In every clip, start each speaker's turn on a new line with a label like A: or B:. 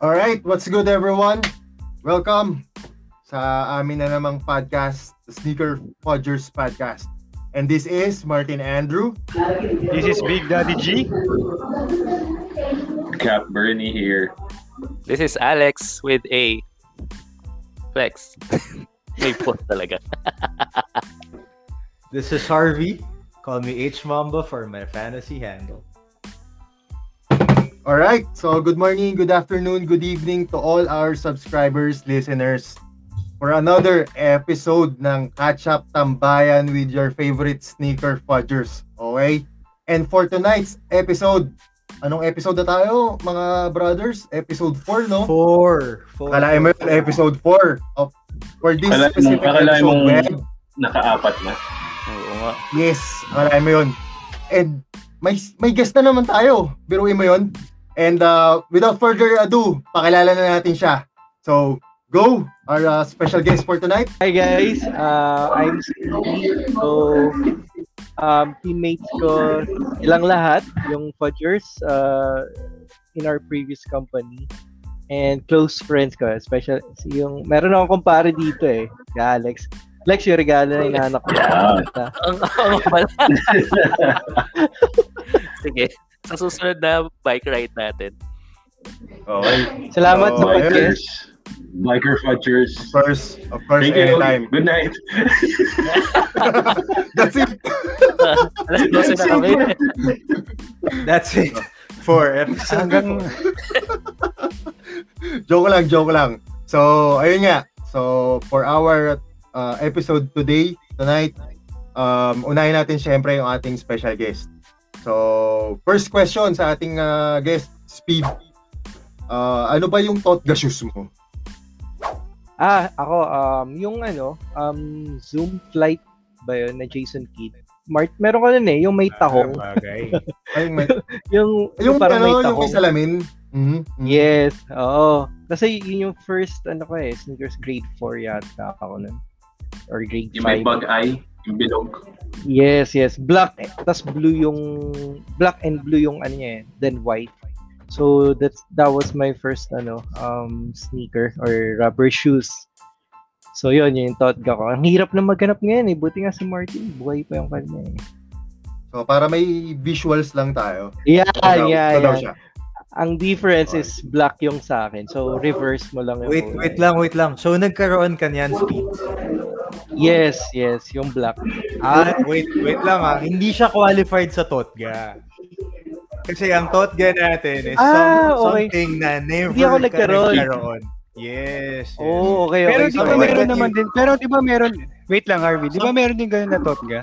A: Alright, what's good everyone? Welcome sa amin na namang podcast, the Sneaker Podgers Podcast. And this is Martin Andrew.
B: This is Big Daddy G.
C: Cap Bernie here.
D: This is Alex with a flex. May plus talaga.
E: This is Harvey. Call me H Mamba for my fantasy handle.
A: Alright, so good morning, good afternoon, good evening to all our subscribers, listeners for another episode ng Catch Up Tambayan with your favorite sneaker fudgers. Okay? And for tonight's episode, anong episode na tayo mga brothers? Episode 4, no?
E: Four. Four.
A: Akalain mo yun, episode 4 of for this
C: Akalain mo-
A: specific
C: akalain
A: episode.
C: mong-
A: Web.
C: Nakaapat na.
D: Oo nga.
A: Yes, akalain mo yun. And may, may guest na naman tayo. Biruin mo yun. And uh, without further ado, pakilala na natin siya. So, go! Our uh, special guest for tonight.
B: Hi guys, uh, I'm Steve. So, um, teammates ko ilang lahat, yung Fudgers uh, in our previous company. And close friends ko, special yung meron akong kumpare dito eh, si Alex. Alex, yung regalo na inanak ko.
C: Yeah.
D: Ang ang pala. Sige. Sa susunod na bike ride natin.
A: Okay.
B: Salamat sa
A: Oh, ayun.
C: Fudgers.
B: pag-guest.
C: Biker Fudgers.
A: Of course, of course,
C: Thank you.
A: anytime.
C: Good night.
A: That's it
D: Alas 12 na kami.
E: That's it. Four episodes.
A: Ah, Hanggang- joke lang, joke lang. So, ayun nga. So, for our uh, episode today, tonight, um, unahin natin syempre yung ating special guest. So, first question sa ating uh, guest, Speed. Uh, ano ba yung Totga shoes mo?
B: Ah, ako, um, yung ano, um, Zoom flight ba yun na Jason Kidd? Mart, meron ka nun eh, yung may tahong.
E: Bagay.
A: Ay, may,
B: Yung,
A: yung,
B: parang
A: ano,
B: may
A: yung may
B: tahong.
A: salamin? Mhm.
B: Yes, oo. Kasi yun yung first, ano ko eh, sneakers grade 4 yata ako nun. Or grade
C: Yung may
B: 5.
C: bug eye. Yung bilog.
B: Yes, yes. Black, eh, tas blue yung, black and blue yung ano niya eh, then white. So that's that was my first ano um sneaker or rubber shoes. So yun, yun yung thought ko. Ang hirap na maghanap ngayon eh. Buti nga si Martin, buhay pa yung kanya eh.
A: So, para may visuals lang tayo.
B: Yeah,
A: Ito daw-
B: yeah,
A: ito daw
B: yeah.
A: siya.
B: Ang difference is black yung sa akin. So reverse mo lang yung
E: Wait,
B: kulay.
E: wait lang, wait lang. So nagkaroon ka niyan, Speed.
B: Yes, yes, yung black.
E: Ah, wait, wait lang ah. Hindi siya qualified sa Totga. Kasi ang Totga natin is
B: Ah,
E: some-
B: okay.
E: something na never
B: Hindi ako
E: ka
B: nagkaroon.
E: nagkaroon. Yes. yes.
B: Oh, okay, okay.
F: Pero di ba
B: Sorry.
E: wait,
F: meron
E: wait.
F: naman din, pero di ba meron, wait lang Harvey, di ba meron din ganun na totga?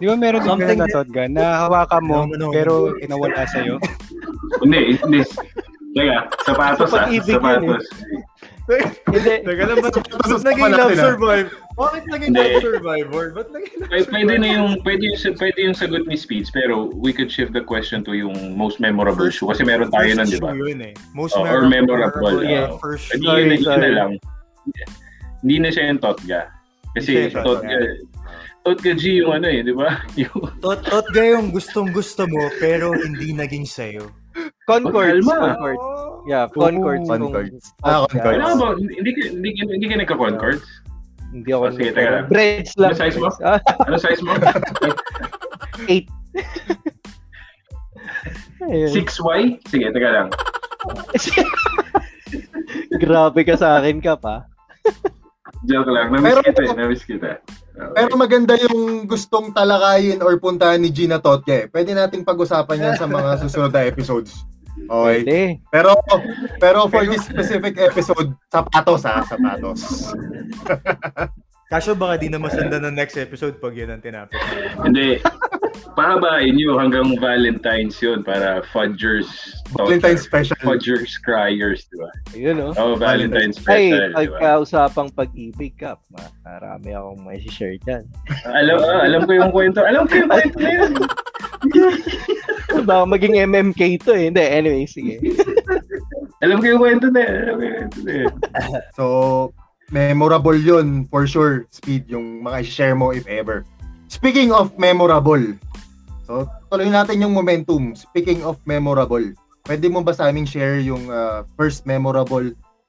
F: Di ba meron din
E: Something
F: ganun na
E: that-
F: totga na hawakan mo
E: No, no, no.
F: pero nawala sa'yo?
C: Hindi, hindi. Teka, sapatos ah.
B: Pag-ibig yun eh.
C: Sapatos.
B: Hindi.
E: Teka lang, ba't,
A: Sapatos
E: ba't naging
A: pa
E: love
A: natin, ah.
E: survivor? Bakit naging
C: Hindi.
E: love survivor? Ba't naging love
C: Pwede, pwede na yung pwede yung pwede yung sagot ni Speeds pero we could shift the question to yung most memorable shoe kasi meron tayo nun, di ba?
E: First shoe yun eh. Most
C: Oh, or memorable,
E: yeah.
C: oh.
E: First
C: Hindi
E: shoe.
C: yun,
B: Sorry,
C: hindi
B: sorry.
C: na lang. Hindi na siya yung Totga.
E: Hindi
C: Kasi
E: siya yung
C: Totga, Totga G yung ano eh, di ba? Yung
E: Tot, tot yung gustong gusto mo pero hindi naging sayo.
B: Concord,
C: Kalma.
B: Concord. Yeah, Concord.
A: Oh, Concord. Ah, Concord.
C: Wala ba? Hindi ka, hindi, ka- hindi ka nagka-concord?
B: Hindi ako.
C: Oh, sige, teka lang.
B: Breads lang.
C: Ano size mo?
B: Ah,
C: Ano size mo?
B: eight. Ayun.
C: 6Y? Sige, teka lang.
B: Grabe ka sa akin ah. ka pa.
C: Joke lang. Namiss
A: Pero-
C: kita eh. Namiss kita. Okay.
A: Pero maganda yung gustong talakayin or puntahan ni Gina Totke. Pwede nating pag-usapan yan sa mga susunod na episodes. Okay.
B: Pwede.
A: Pero pero for this specific episode, sapatos ha, sapatos.
E: Kaso baka di na masanda ng next episode pag yun ang tinapit.
C: Hindi. Pahabain nyo hanggang Valentine's yun para Fudgers.
A: Valentine's special.
C: Fudgers Criers, di ba?
B: Ayun, oh.
C: Oh, Valentine's special, di
B: Ay, uh,
C: ba?
B: pagkausapang pag-ibig ka, ma- marami akong may share dyan.
C: Alam, ah, alam ko yung kwento. Alam ko yung kwento na yun.
B: Baka maging MMK to eh. Hindi, anyway, sige.
C: Alam ko yung kwento na yun. Alam ko yung kwento na yun.
A: So, memorable yun for sure, Speed, yung mga share mo if ever. Speaking of memorable, so tuloy natin yung momentum. Speaking of memorable, Pwede mo ba sa aming share yung ah, first memorable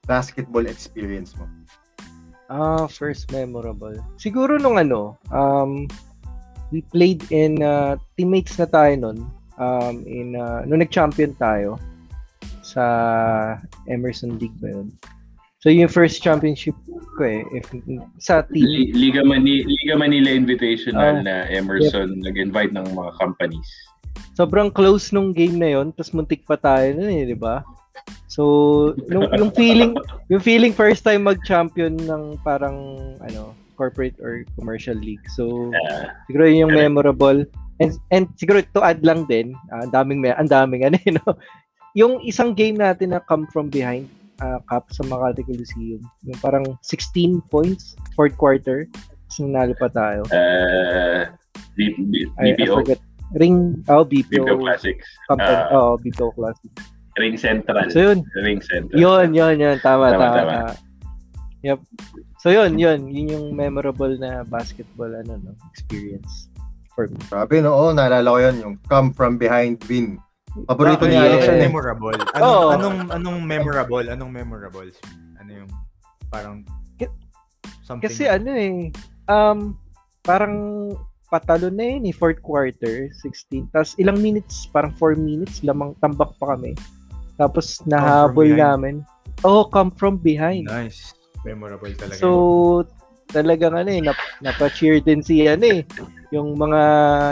A: basketball experience mo?
B: Ah, first memorable. Siguro nung ano, um, we played in, uh, teammates na tayo nun. Um, in, uh, nung nag-champion tayo sa Emerson League ba yun? So yung first championship ko eh, if, sa team.
C: Li- Liga, Mani- Liga Manila Invitational
B: Ah.
C: na Emerson nag-invite ng mga companies.
B: Sobrang close nung game na yun, tapos muntik pa tayo nun eh, di ba? So, nung, nung feeling, yung feeling first time mag-champion ng parang, ano, corporate or commercial league. So,
C: Ah,
B: Siguro yun yung
C: Correct.
B: memorable. And and siguro to add lang din, ah, ang daming may ang daming ano you know. Yung isang game natin na come from behind ah, cup sa Makati Coliseum, yung parang 16 points fourth quarter, tapos nanalo pa tayo.
C: uh, B- B-
B: Ay, I
C: BPO,
B: forget. Ring, oh, BPO,
C: BPO Classics,
B: company.
C: Ah.
B: oh, BPO Classic.
C: Ring Central,
B: So yun,
C: Ring Central.
B: yun, yun, yun. Tama,
C: Tama,
B: tama.
C: tama.
B: tama. Yep. So yun, yun. Yun yung memorable na basketball ano, no, experience for me.
A: Grabe, no? Oo, naalala ko yun. Yung come from behind win. Paborito ni
E: Bakit?
A: Alex
E: Ano
A: yun eh.
E: memorable? Anong,
B: Oo.
E: anong, anong memorable? Anong memorable? Ano yung parang something?
B: Kasi ano eh, um, parang patalo na yun eh, fourth quarter, 16. Tapos ilang minutes, parang 4 minutes, lamang tambak pa kami. Tapos nahabol
E: behind.
B: namin. Oh, come from behind.
E: Nice. Memorable talaga.
B: So, talagang ano eh, nap napa-cheer din si ano eh, yung mga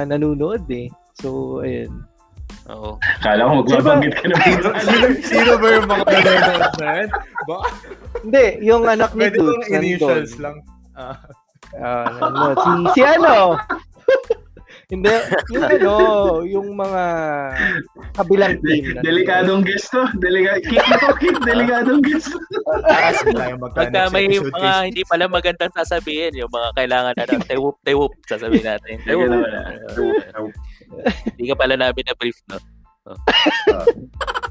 B: nanonood eh. So, ayun.
D: Oo.
C: Kala ko magbabanggit ka
B: Diba?
C: ng
E: sino, sino, sino ba yung mga nanonood na yan? Ba?
B: Hindi, yung anak ni
E: Pwede
B: Dudes
E: kong
B: nandun.
E: initials lang. Ah,
B: Ah, ano, si, si ano? Hindi, yung ano, yung mga kabilang team. na-
C: Delikadong guest to. Delika kick to kick. Delikadong guest.
E: taas na tayo magka
D: Pagka
E: next
D: may
E: episode,
D: mga hindi pala magandang sasabihin, yung mga kailangan na ng tewup, tewup, sasabihin natin.
C: Sige
D: Tewup.
C: na.
D: Hindi ka pala namin na brief, no?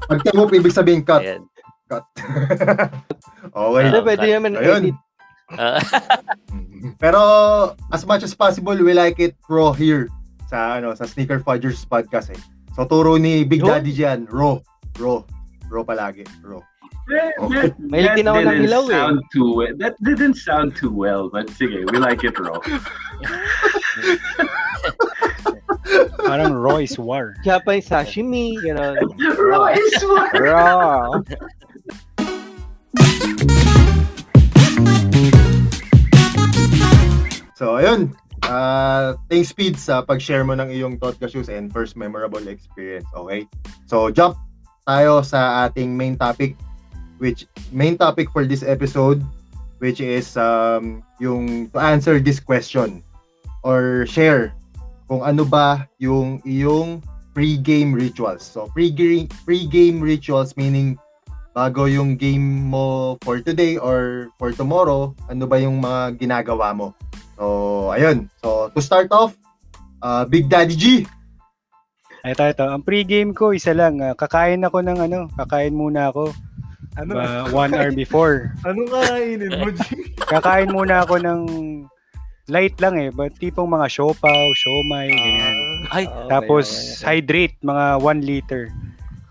A: Pag tumup, ibig sabihin cut.
D: Ayan.
A: Cut. okay.
B: Hindi, pwede naman
A: Ayun.
B: edit.
D: Ah,
A: Pero as much as possible, we like it raw here sa ano sa Sneaker Fudgers podcast eh. So turo ni Big
B: Yo.
A: Daddy dyan, raw, raw, raw palagi, raw.
B: Oh, May tinaw ng ilaw eh.
C: sound too well. That didn't sound too well, but sige, we like it raw.
F: Parang Royce War.
B: Japanese sashimi, you know.
C: raw is what?
B: Raw.
A: So ayun, uh, thanks Speed sa pag-share mo ng iyong thought shoes and first memorable experience, okay? So jump tayo sa ating main topic which main topic for this episode which is um, yung to answer this question or share kung ano ba yung iyong pre-game rituals. So pre-game pre-game rituals meaning bago yung game mo for today or for tomorrow, ano ba yung mga ginagawa mo? So, ayun. So, to start off, uh, Big Daddy G.
F: Ito, ito. Ang pre-game ko, isa lang. ah, kakain ako ng ano, kakain muna ako.
E: Ano,
F: ah, one hour before.
E: anong kakainin Ano mo, G?
F: Kakain muna ako ng light lang eh. But tipong mga siopaw, siomay, ganyan.
D: Ay,
F: Tapos, hydrate, mga 1 liter.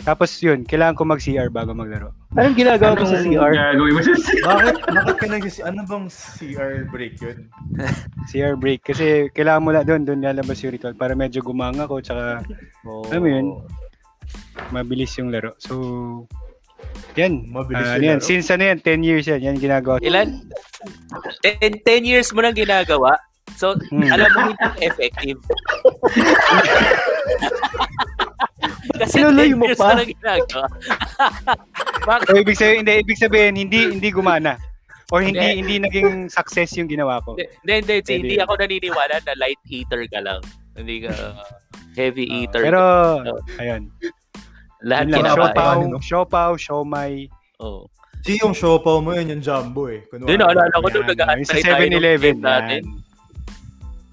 F: Tapos yun, kailangan ko mag-CR bago maglaro.
B: Anong ginagawa mo sa CR?
C: Gagawin mo sa CR?
E: bakit, bakit ka nagsis... Ano bang CR break yun?
F: CR break. Kasi kailangan mula doon, doon lalabas yung ritual para medyo gumanga ko. Tsaka Alam mo yun? mabilis yung laro. So, yan.
E: Mabilis yung
F: Ah, ano yan.
E: laro.
F: Since ano yan, 10 years yan. Yan yung ginagawa ko.
D: ilan? 10 years mo nang ginagawa. So,
F: Hmm.
D: alam mo hindi effective. Kasi
B: Tinuloy
D: 10
B: mo
D: years
B: pa.
D: mo nang ginagawa. Bakit?
F: So, ibig sabihin, hindi, ibig sabihin, hindi, hindi gumana. Or hindi, hindi naging success yung ginawa ko.
D: Hindi, hindi, hindi, hindi ako naniniwala na light eater ka lang. Hindi ka heavy eater.
F: Ah, Pero,
D: No.
F: ayun.
D: lahat
F: Yun lang,
D: kinakain.
A: Shopee.
F: siopaw,
A: Ano, no?
F: siopaw, siomay.
D: Oh.
E: G, yung siopaw mo yun, yung jumbo eh. Kunwari.
D: Doon, naalala ko doon,
F: Yan,
D: nag-aantay
F: yung sa
D: tayo ng
F: 7-Eleven.
D: game natin.
F: yan.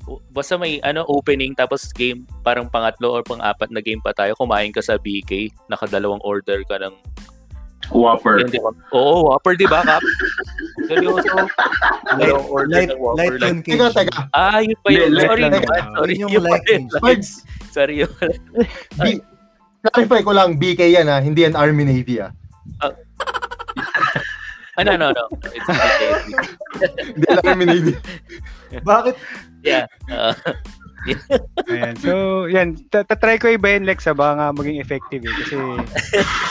D: O- Basta may ano opening tapos game parang pangatlo or pang-apat na game pa tayo, kumain ka sa BK, nakadalawang order ka ng
C: Whopper.
D: Hindi ko- Oo, Whopper, di ba, Kap? Seryoso. Dalawang order
E: Light,
D: ng Whopper
E: light
D: lang.
E: yun,
A: Teka,
E: Cage.
A: teka.
D: Ah, yun pa yun.
C: Hindi, light
D: sorry
F: lang
D: naman.
F: yun.
D: Sorry.
E: Yun yung
D: yun pa
E: light
D: yun.
E: yun.
A: Pards,
D: Sorry yun.
A: B- clarify ko lang, BK yan ha, hindi an Army Navy ah. ha.
D: Ano, ano, ano. It's BK.
A: Hindi an Army Navy.
E: Bakit?
D: Yeah. Uh,
F: Ayan. So, yan. Ta- Tatry ko iba yan, Lex, ha? Baka nga maging effective eh. Kasi,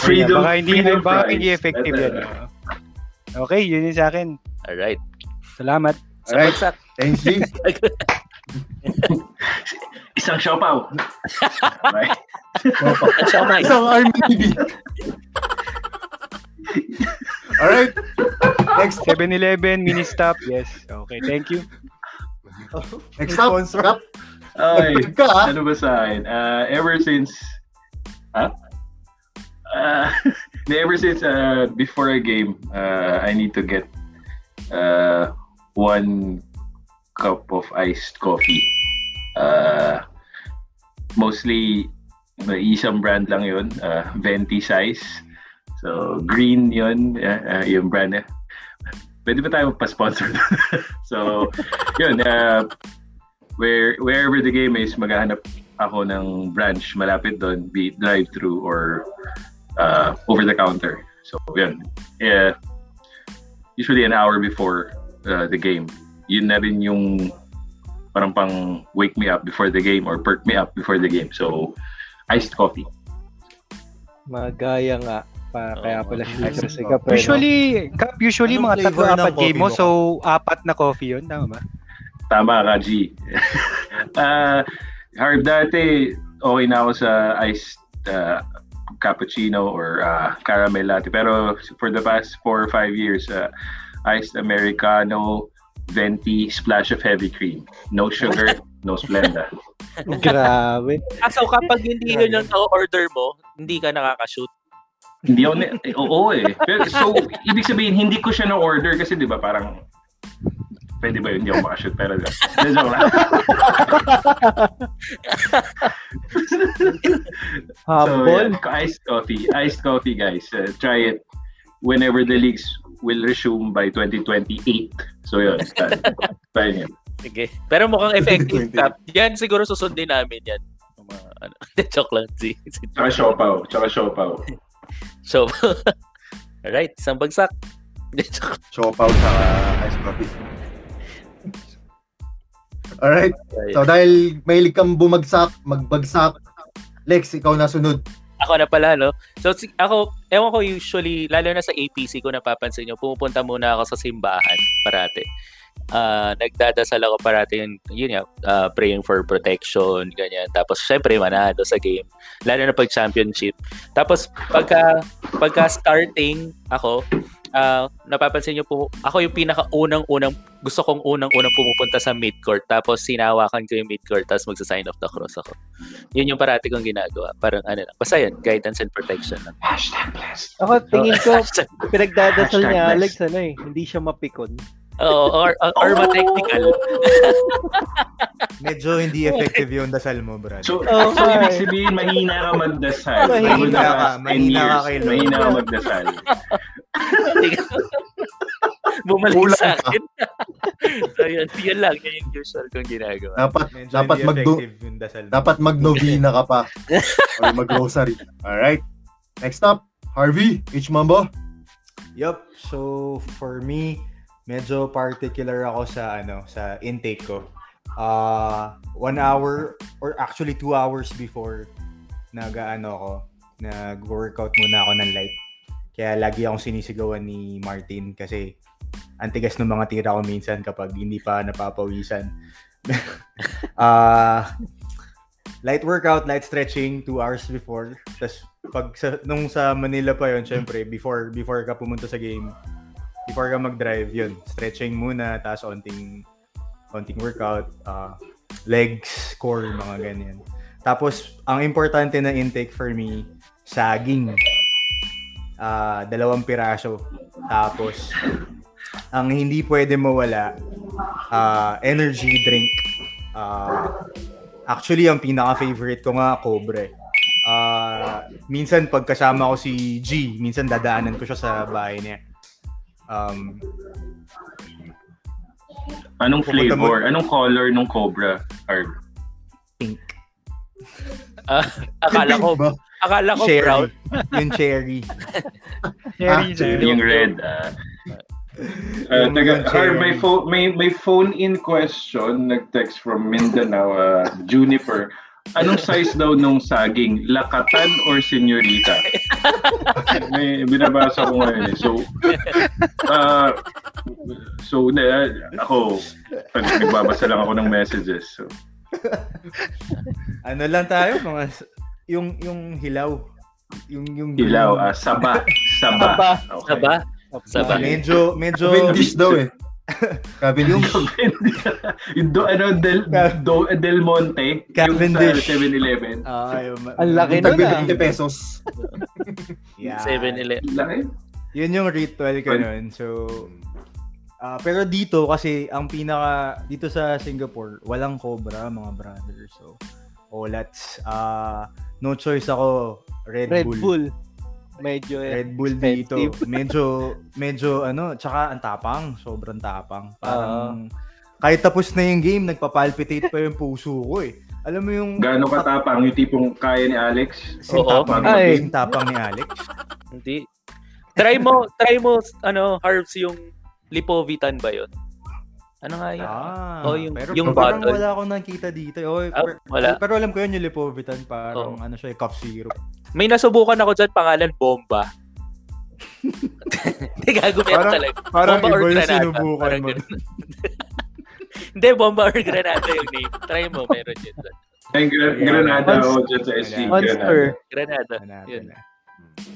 C: Freedom-
F: ayun nga, baka hindi,
C: freedom
F: baka
C: prize.
F: hindi effective yan.
C: Better.
F: Okay, yun yun sa akin.
D: alright.
F: Salamat.
D: Sa
A: Alright.
D: pagsak.
A: Thanks, G.
C: Isang siopaw. Right?
A: Opa.
D: Siomay.
A: Isang Army Navy. Alright. Next,
F: 7-Eleven, mini stop. Yes. Okay, thank you.
A: next up.
E: Sponsor.
A: Rap,
C: Ay,
A: nag-plug ka ha.
C: ano ba sa akin? Uh, ever since... Ha? Uh, ever since uh, before a game, uh, I need to get uh, one cup of iced coffee. Uh, mostly, may isang brand lang yun, uh, venti size. So, green yun, uh, uh, yung brand eh. Pwede ba tayo pa-sponsor? so, yun, uh, where wherever the game is, maghahanap ako ng branch malapit doon, be it drive-through or uh, over the counter. So, yun. Yeah. Usually an hour before uh, the game. Yun na rin yung parang pang wake me up before the game or perk me up before the game. So, iced coffee.
B: Magaya nga. Pa,
D: Oo.
B: kaya pala siya
E: Ayos.
B: nagsisikap. eh, no?
F: Usually, cup, usually
E: Anong
F: mga
E: flavor ng
F: tatlo-apat
E: coffee
F: game mo.
E: mo?
F: So, apat na coffee yun. Tama ba?
C: Tama ka, G. uh, Harb, dati okay na ako sa iced uh, cappuccino or uh, caramel latte. Pero for the past four or five years, uh, iced americano, venti, splash of heavy cream. No sugar, no Splenda.
B: Grabe.
D: Ah, so kapag hindi yun yung na-order mo, hindi ka nakakashoot.
C: hindi ako, ni- eh, oo eh. Pero, so, ibig sabihin, hindi ko siya na-order kasi di ba parang, pwede ba yun, hindi ako makashoot. Pero, hindi, joke lang.
B: Humble.
C: So, yeah, iced coffee. Iced coffee, guys. Uh, try it whenever the leagues will resume by 2028. So, yun. Uh, try yun.
D: Sige. Pero mukhang effective
A: 2020.
D: tap. Yan, siguro susundin namin yan. Yung Mga, ano, joke lang. Si, si,
C: Tsaka siopaw. Tsaka siopaw.
D: so, alright. Isang bagsak. Joke.
A: Chop out sa ice coffee. Alright. So dahil mahilig kang bumagsak, magbagsak, Lex, ikaw na sunod.
D: ako na pala, no? So, si- ako, ewan ko usually, lalo na sa APC ko napapansin nyo, pumupunta muna ako sa simbahan parate. Ah, nagdadasal ako parate yun, yun nga, ah, praying for protection, ganyan. Tapos, syempre, manalo sa game. Lalo na pag championship. Tapos, pagka, pagka starting ako, ah, napapansin nyo, pumu- ako yung pinaka-unang-unang, gusto kong unang-unang pumupunta sa midcourt. Tapos, sinawakan ko yung midcourt, tapos magsa-sign of the cross ako yun yung parati kong ginagawa. Parang ano lang. Basta yun, guidance and protection lang.
C: Hashtag blessed.
B: Ako tingin ko, pinagdadasal
C: Hashtag
B: niya
C: blessed.
B: Alex, ano eh, hindi siya mapikon.
D: Oo, or, or, or ma-technical.
E: Medyo hindi effective yung dasal mo, brad.
C: So,
B: Oh,
C: so
B: my.
C: ibig sabihin, mahina ka magdasal.
B: Mahina
C: Over the
E: ka,
C: past 10
E: mahina ka
C: years,
E: kay Lord.
C: Mahina ka magdasal.
D: Bumalik
A: Kulang
D: sa
A: ka.
D: akin. so yun, yun lang. Yun yung usual kong ginagawa.
A: Dapat
E: Medyo
A: dapat
E: hindi
A: magdu-
E: effective yung dasal mo.
A: dapat magnovena ka pa or mag-rosary. Alright. Next up, Harvey H. Mambo.
E: Yup. So for me, medyo particular ako sa ano, sa intake ko. Uh, one hour or actually two hours before nag-ano ako, nag-workout muna ako ng light. Kaya lagi akong sinisigawan ni Martin kasi antigas ng mga tira ko minsan kapag hindi pa napapawisan. Ah, light workout, light stretching, two hours before. Tapos pag sa, nung sa Manila pa yon syempre, before, before ka pumunta sa game, before ka mag-drive, yun, stretching muna, tapos onting, onting workout, ah, legs, core, mga ganyan. Tapos, ang importante na intake for me, saging. Ah, dalawang piraso. Tapos, ang hindi pwede mawala, ah, energy drink. Ah, actually, ang pinaka-favorite ko nga, Cobre. Ah, minsan pag kasama ko si G, minsan dadaanan ko siya sa bahay niya. Um,
C: Anong
E: Pupunta mo-
C: flavor? Anong color ng cobra? Or,
E: pink. Ah.
D: Ah, Akala ko,
A: Ba?
D: Akala ko
E: cherry.
D: brown.
E: yung cherry.
F: Cherry
A: Ah,
F: na.
C: Yung red. ah. Uh,
E: Yung mga
C: taga, or may,
E: cherry.
C: phone, may, may phone in question, nag-text from Mindanao, ah, Juniper. Anong size daw nung saging? Lakatan or senyorita? may binabasa ko ngayon. eh. So, ah, so na, ako, pag nagbabasa lang ako ng messages. So,
E: Ano lang tayo? Mga, s- yung, yung hilaw. Yung, yung
C: ilaw, ah, saba. Saba.
B: Saba.
C: Okay.
D: Saba? Saba.
E: Ah, medyo, medyo,
A: Cavendish daw eh. Cavendish.
C: Yung do, ano, Del, do, eh, Del Monte.
E: Cavendish.
C: Yung sa 7-Eleven.
E: Ah, yung,
B: Ang
A: Yung
B: laki nun
A: tagbi
B: ah.
A: 50 pesos.
E: Yeah.
D: 7-Eleven.
C: Laki.
E: Yun yung ritual ko nun. So, ah, pero dito kasi ang pinaka dito sa Singapore, walang cobra mga brother. So, oh, let's ah, no choice ako Red,
B: Red
E: Bull.
B: Bull. Medyo eh.
E: Red Bull dito.
B: Expensive.
E: Medyo medyo ano, tsaka ang tapang, sobrang tapang.
B: Ah.
E: Parang kahit tapos na yung game, nagpapalpitate pa yung puso ko eh. Alam mo yung
C: Gaano katapang yung tipong kaya ni Alex?
E: sintapang,
B: Oo. Ay.
E: sintapang ni Alex.
D: Hindi. Try mo, try mo, ano, Harbs, yung Lipovitan ba yun? Ano nga yun?
E: Ah,
D: Oh, yung-
E: pero
D: yung
E: parang
D: bottle.
E: wala akong nakita dito. Oh,
D: Ah,
E: per-
D: wala.
E: Pero alam ko yun, yung Lipovitan, parang ano siya, eh, cough syrup.
D: May nasubukan ako dyan, pangalan Bomba. Hindi, gago meron
E: Parang-
D: talaga.
E: Parang
D: Bomba or
E: iba yung
D: granada,
E: sinubukan
D: parang
E: mo.
D: ganun. Hindi, Bomba or Granada yung name. Try mo, meron yun dyan.
C: Ay, gra- Granada
B: Monster.
C: o dyan sa SC. Granada.
B: Monster.
D: Granada.
E: Hanapin
D: Yun.
E: na.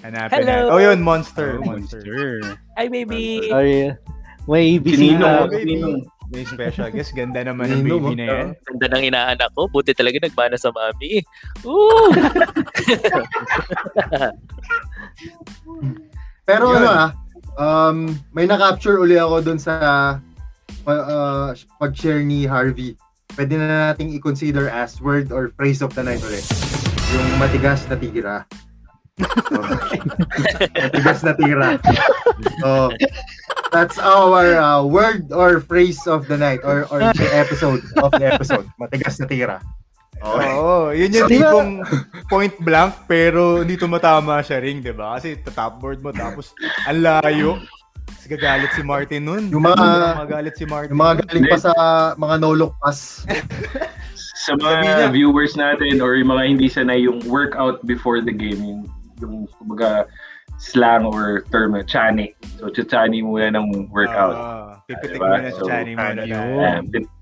E: Hanapin
D: Hello!
E: na. Oh, yun, monster.
F: Oh,
E: monster.
F: monster.
D: Ay, baby.
B: Sorry. eh. May
E: Ah,
B: bisita.
C: Ninong.
E: baby. May special guest. Ganda naman ng
A: Ninong,
E: baby na yan.
D: Ganda ng inaanak ko. Buti talaga nagmana sa mami. Ooh!
A: Pero
E: Yun.
A: ano ah, um, may na-capture uli ako dun sa uh, pag-share ni Harvey. Pwede na nating i-consider as word or phrase of the night ulit. Yung matigas na tira. So, matigas na tira. So, that's our uh, word or phrase of the night or or the episode of the episode. Matigas na tira. Oh. Okay.
E: Oo, yun yung
B: Diba?
E: tipong point blank pero hindi tumatama siya ring, di ba? Kasi top board mo tapos ang layo. Tapos gagalit si Martin nun.
A: Yung mga-
E: Magalit si Martin.
A: Yung mga galing pa sa mga no-look pass.
C: Sa
E: Sabi niya.
C: mga viewers natin or yung mga hindi sanay yung workout before the game, yung, yung kumbaga slang or term, chani. So, chani muna ng workout.
E: Ah, pipitik
C: Diba?
E: mo na si
C: So,
E: Chani mo na.
C: Um, tit-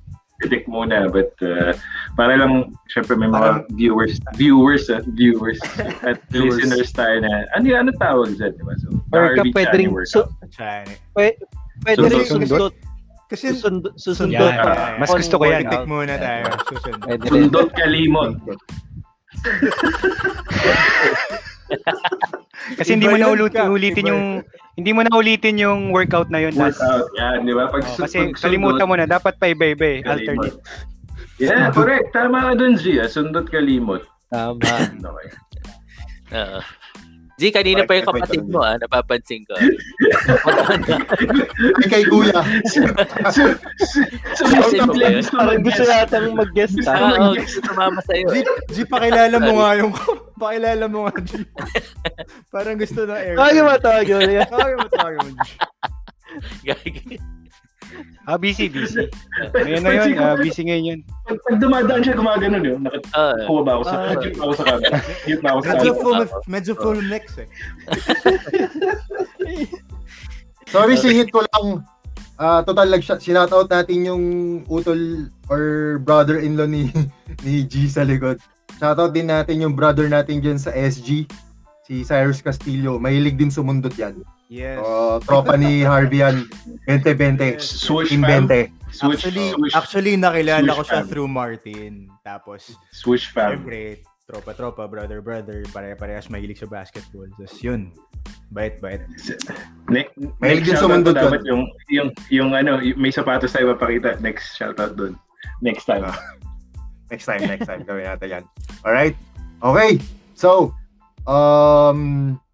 C: titik muna but uh, para lang syempre may mga viewers viewers ah, viewers at
A: Viewers.
C: listeners tayo na ano ano tawag dyan diba so
B: Or ka
C: RV
B: pwede rin
C: Chani workout.
B: su-
E: Chani.
B: pwe- pwede rin
E: Susundot?
B: susundot.
E: Kasi
B: Susundot. Susundot.
E: Sundot
F: Yan.
E: pa.
F: Mas gusto ko yan.
E: pitik muna tayo. Susundot.
B: Pwede rin.
C: Sundot kalimot.
F: Kasi hindi mo
E: Iba
F: na
E: yun ka.
F: ulitin, ulitin
E: Iba
F: yung hindi mo na ulitin yung workout na yun last.
C: Workout. Yan, di ba? Pag,
F: Oh,
C: su-
F: kasi
C: pag sundot,
F: kalimutan mo na dapat pa iba-iba eh,
C: kalimot.
F: alternate.
C: Yeah, correct. Tama ka dun, G. ah. Sundot kalimot.
B: Tama.
C: Okay.
D: Oo. G, kanina pa yung kapatid mo, ah, oh, napapansin ko.
A: Ay, kay Kuya.
C: So,
D: Kasi
C: gusto
D: mo ba yun?
C: gusto
B: Parang gusto
C: mag-guess.
B: yata mong mag-guest
C: Gusto
B: ah.
C: mo-
D: Ah, oh, gusto sumama sa'yo.
E: G,
D: eh.
E: G, pakilala mo nga yung... pakilala mo nga, G. Parang gusto na air.
B: Tawagin mo, tawagin mo. Yan.
E: Tawagin mo, tawagin mo, G.
D: Gagi.
F: Ah, busy, busy. Ngayon na yun, ah, busy ngayon yun.
C: Pag pag dumadaan siya, gumagano yun.
D: Oo.
C: Nakakuha ba ako sa...
B: Ah.
C: Nakakuha ako sa camera. Cute ba ako sa
E: Medyo
C: camera?
E: full, medyo full next eh.
A: Sorry, singit ko lang. Ah, total, nag out natin yung utol or brother-in-law ni, ni G sa likod. Shoutout din natin yung brother natin dyan sa SG, si Cyrus Castillo. Mahilig din sumundot yan.
E: Yes.
A: Oh, tropa ni Harvey yan. 20-20.
C: Switch
A: Team
C: fam.
A: 20.
C: Switch, oh,
E: Actually,
C: switch,
E: actually nakilala
C: Switch
E: ko siya
C: fam.
E: through Martin. Tapos,
C: switch fam.
E: syempre, tropa-tropa, brother-brother, pare-parehas mahilig sa basketball. Tapos yun, bait-bait.
C: Ne-
A: Mahilig
C: next
A: din
C: shoutout
A: sumundot
C: ko dapat yung, yung, yung ano, yung, may sapatos tayo mapakita. Next shoutout dun. Next time.
A: Next time, next time. Gawin natin yan. Alright? Okay. So, um,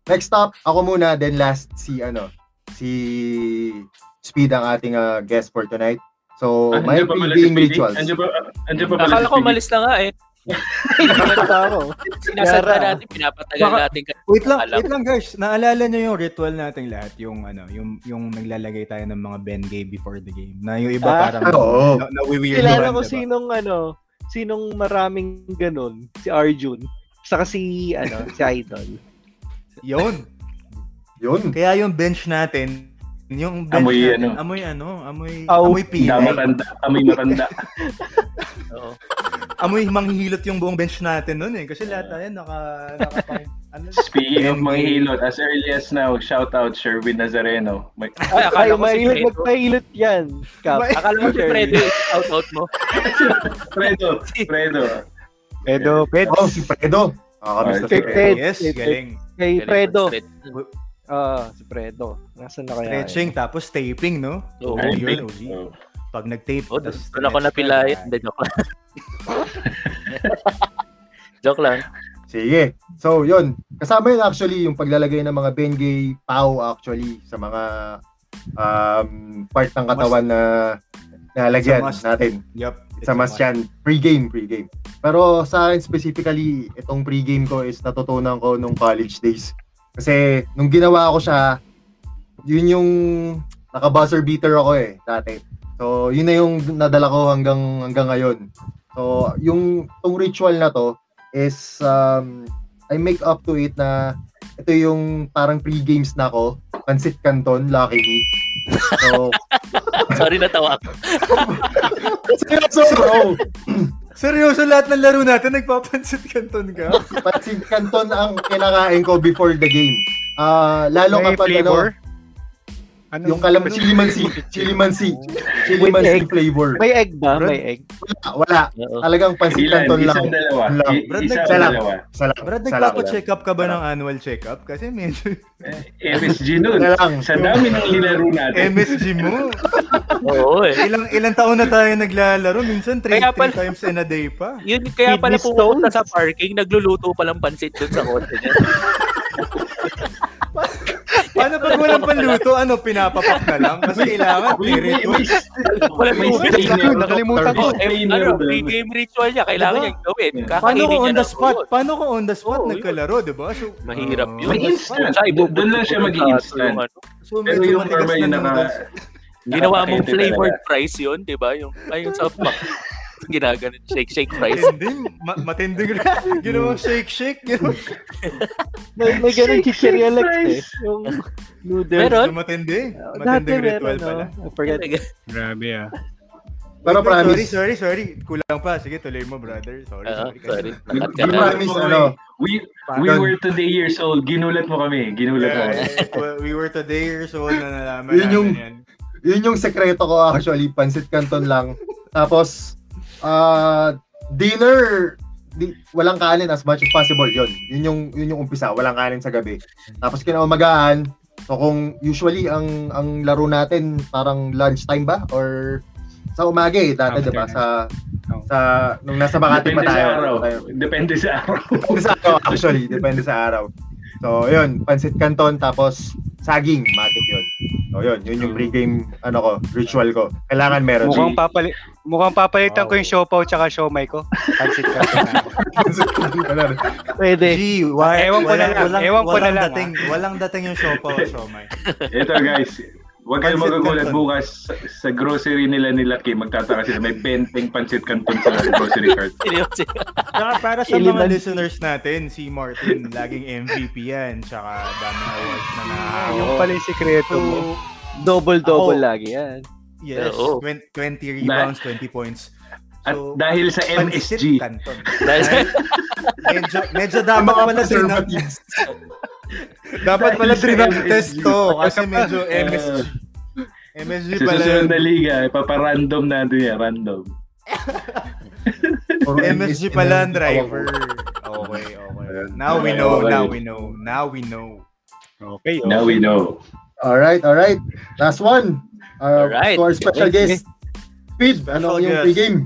A: next up, ako muna, then last si, ano, si Speed ang ating ah, guest for tonight. So,
C: Ah,
A: my
C: Andiyan pa pala si
A: pre-game
C: Speedy?
A: rituals. Ah,
C: Andiyan pa, andiyan pa pala si
D: Akala ko
C: Speedy?
D: malis na nga eh.
B: Kinanta
E: diba?
B: ako.
D: Sinasanda
B: Yara.
D: natin, pinapatagal
E: Baka-
D: natin. kasi
E: Wait lang,
D: Alam.
E: wait lang guys. Naalala niyo yung ritual nating lahat, yung ano, yung yung naglalagay tayo ng mga Bengay before the game. Na yung iba
B: Ah,
E: parang
A: Oo.
E: na, nawiweirduhan,
B: Kilala ko
E: diba?
B: sinong ano, sinong maraming ganun, si Arjun. Saka si, ano, si Idol.
E: Yun.
A: Yun.
E: Kaya yung bench natin, yung bench
C: Amoy
E: natin,
C: ano.
E: amoy ano, amoy
B: Aw.
E: amoy
C: Tama
E: pilay.
C: matanda. Amoy matanda.
D: Oo.
E: Amoy manghihilot yung buong bench natin noon eh kasi lahat tayo naka naka ano.
C: Speaking of
E: Bengay.
C: mga hilot, as early as now, shout out Sherwin Nazareno. May,
D: Ay, akala
B: Ay,
D: ko si
B: mahilot,
D: Fredo.
B: magpahilot yan. Kap.
E: May-
D: Akala ko si Fredo, out out mo.
C: Fredo, Fredo.
F: Pedo, pedo.
A: Oh, si Fredo. Nakakamiss na Ah, si
B: Kay
A: Fredo.
B: Fred.
E: Yes,
B: Kay Fred.
E: galing.
B: Kay Fredo.
D: Galing,
B: Ah, si Fredo. Nasaan na kaya?
E: Stretching tapos taping, no?
D: Oo.
E: Yun,
C: Taping.
E: OG.
C: Oh.
E: Pag nag-tape,
D: Oh,
E: tas stretch
D: doon ako
E: ka,
D: napilayan.
E: diba?
D: Hindi, joke lang. joke lang.
A: Sige. So, yun. Kasama yun actually yung paglalagay ng mga Bengay Pau actually sa mga um, part ng katawan na nalagyan
E: Sa must.
A: natin.
E: Yup. it's
A: sa
E: a
A: mas
E: must.
A: yan, pre-game, pre-game. Pero sa akin specifically, itong pre-game ko is natutunan ko nung college days. Kasi nung ginawa ko siya, yun yung naka-buzzer beater ako eh, dati. So, yun na yung nadala ko hanggang hanggang ngayon. So, yung tong ritual na to is um, I make up to it na ito yung parang pre-games na ko, Pancit Canton, Lucky Me. So,
D: Sorry, natawa ako.
A: seryoso bro!
E: Seryoso lahat ng laro natin, nagpapansit kanton ka.
A: Pansit Canton ang kinakain ko before the game. Ah, lalo
F: May
A: kapag
F: flavor?
A: ano,
F: Ano
A: yung kalam chili mansi, chili mansi, chili
B: With
A: mansi
B: egg.
A: flavor.
B: May egg ba? May egg.
A: Wala, wala.
D: Oo.
A: Talagang pansit
C: Ilan?
A: Canton lang.
C: Isang dalawa.
A: Lang.
C: I-
E: Brad,
C: isang
A: nagsalang.
C: dalawa.
A: Isa lang.
E: Brad,
A: isa lang.
E: nagpapacheck up ka ba ng annual check-up? Kasi medyo
C: Eh, MSG nun.
A: Isa lang.
C: Sa dami ng nilaro natin.
E: MSG mo.
D: Oo eh.
E: Ilang ilang taon na tayo naglalaro, minsan 3
D: Kaya pala-
E: times in a day pa.
D: Yun, kaya pala
B: Kidney
D: pupunta
B: stones.
D: sa parking, nagluluto palang pansit dun sa kotse niya.
E: Paano pag walang panluto, ano, pinapapak na lang? Kasi kailangan,
C: May, may,
E: pirito.
C: may,
D: Wala
C: may
D: tubig.
C: strainer.
F: Nakalimutan ko.
D: Oh, eh, ano,
C: Strainer.
D: pre-game ritual niya, kailangan
E: Diba?
D: niyang gawin.
E: Paano
D: Kakainin
E: ko
D: niya
E: on the
D: ng
E: spot?
D: buwan.
E: Paano ko on the spot
D: Oo, yun.
E: nagkalaro, di ba? So,
D: Mahirap
E: ah,
D: yun.
E: on the
C: Instant.
E: spot.
D: Tsaka ibu-
C: Doon lang siya maging
D: Ah,
C: instant.
D: yung ano,
E: So,
C: Pero
E: medyo
C: yung
E: matigas
C: normal
E: na
C: naka...
E: naka...
D: Ginawa mong
C: nakakakente
D: flavored
C: talaga.
D: fries yun, di ba? Yung, ay, yung sa pack. Ginaganon, shake-shake fries.
E: Matinding, ma- matinding rin. Ginawang shake-shake. Ginawang
B: May, may ganun chichirya
C: Shake,
B: Lex eh.
C: fries.
B: Yung noodles.
D: Meron?
E: So, matindi.
B: Oh,
E: Matinding
B: meron,
E: ritual
B: no?
E: pala.
B: I forgot.
F: Grabe ah.
A: Pero
E: Wait, wait,
A: promise,
E: Sorry, sorry, sorry. Kulang pa. Sige, tuloy mo, brother. Sorry,
D: Oo,
E: sorry.
D: Uh-huh, sorry.
E: Kasi-
D: Nakat ka
A: I
D: na.
A: promise, ano,
C: We, we
A: Pardon.
C: were today years old. Ginulat mo kami. Ginulat mo.
E: Yeah,
C: kami.
E: yeah, yeah. we were today years old na nalaman
A: Yun yung-
E: namin yan.
A: yun yung sekreto ko actually, Pancit Canton lang. Tapos, ah, dinner, di, walang kanin as much as possible, yun. Yun yung, yun yung umpisa, walang kanin sa gabi. Tapos kinaumagahan, so kung usually ang ang laro natin parang lunchtime ba or sa umaga eh dati
F: After
A: 'di ba
F: lunch.
A: sa
F: Oo.
A: sa nung nasa Makati pa
C: Oh. Depende sa araw.
A: tayo. tayo.
C: Depende sa araw.
A: Depende sa araw actually, depende sa araw. So, yun, pancit canton tapos saging, matik yun. So, yun, yun yung pre-game ano ko, ritual ko. Kailangan meron.
F: Mukhang papali Mukhang papalitan ko
E: Wow.
F: yung siopaw tsaka siomay ko. Pansit ka.
B: Pwede.
E: G, wa-
F: Ewan ko na lang, ewan ko na lang,
E: Dating, walang dating yung show pa o show, Mike.
C: Ito guys, huwag kayong
E: Pancit
C: magugulat
E: Canton.
C: bukas sa, sa grocery nila ni Lucky. Magtataka sila. May benteng pancit canton sa grocery cart.
D: Seryoso.
E: Tsaka para sa mga
B: Iliman.
E: listeners natin, si Martin, laging MVP yan. Tsaka daming awards na na.
F: Yung pala yung sikreto
E: So,
F: mo.
B: Double-double
E: Ako.
B: lagi yan.
E: yes,
D: Oo.
E: 20, 20 rebounds, 20 points.
C: At
E: So,
C: dahil sa
E: pansit
C: MSG,
E: Canton.
D: Dahil-
E: medyo, medyo
A: Ang
E: dapat
A: mga
E: pala din
A: preservatives.
E: Dapat pala
C: Dahil sa
E: trinag
C: MSG.
E: test to kasi medyo MSG.
C: Ah.
E: MSG
C: sa
E: pala
C: susunod
E: yun.
C: na liga, ipaparandom natin yan. Random.
A: Puro
E: MSG
A: MSG na
E: pala ang
A: yung
E: driver.
A: tawag
E: Okay, okay.
A: Ayan.
E: Now we
C: Okay,
E: know,
C: okay.
E: now we know, now we know.
F: Okay. oh.
C: Now we know.
A: ko. Alright, alright. Last one. Uh,
D: Alright.
A: To our special guest. Speed, ano
E: Special
A: yung
E: guest.
A: pre-game?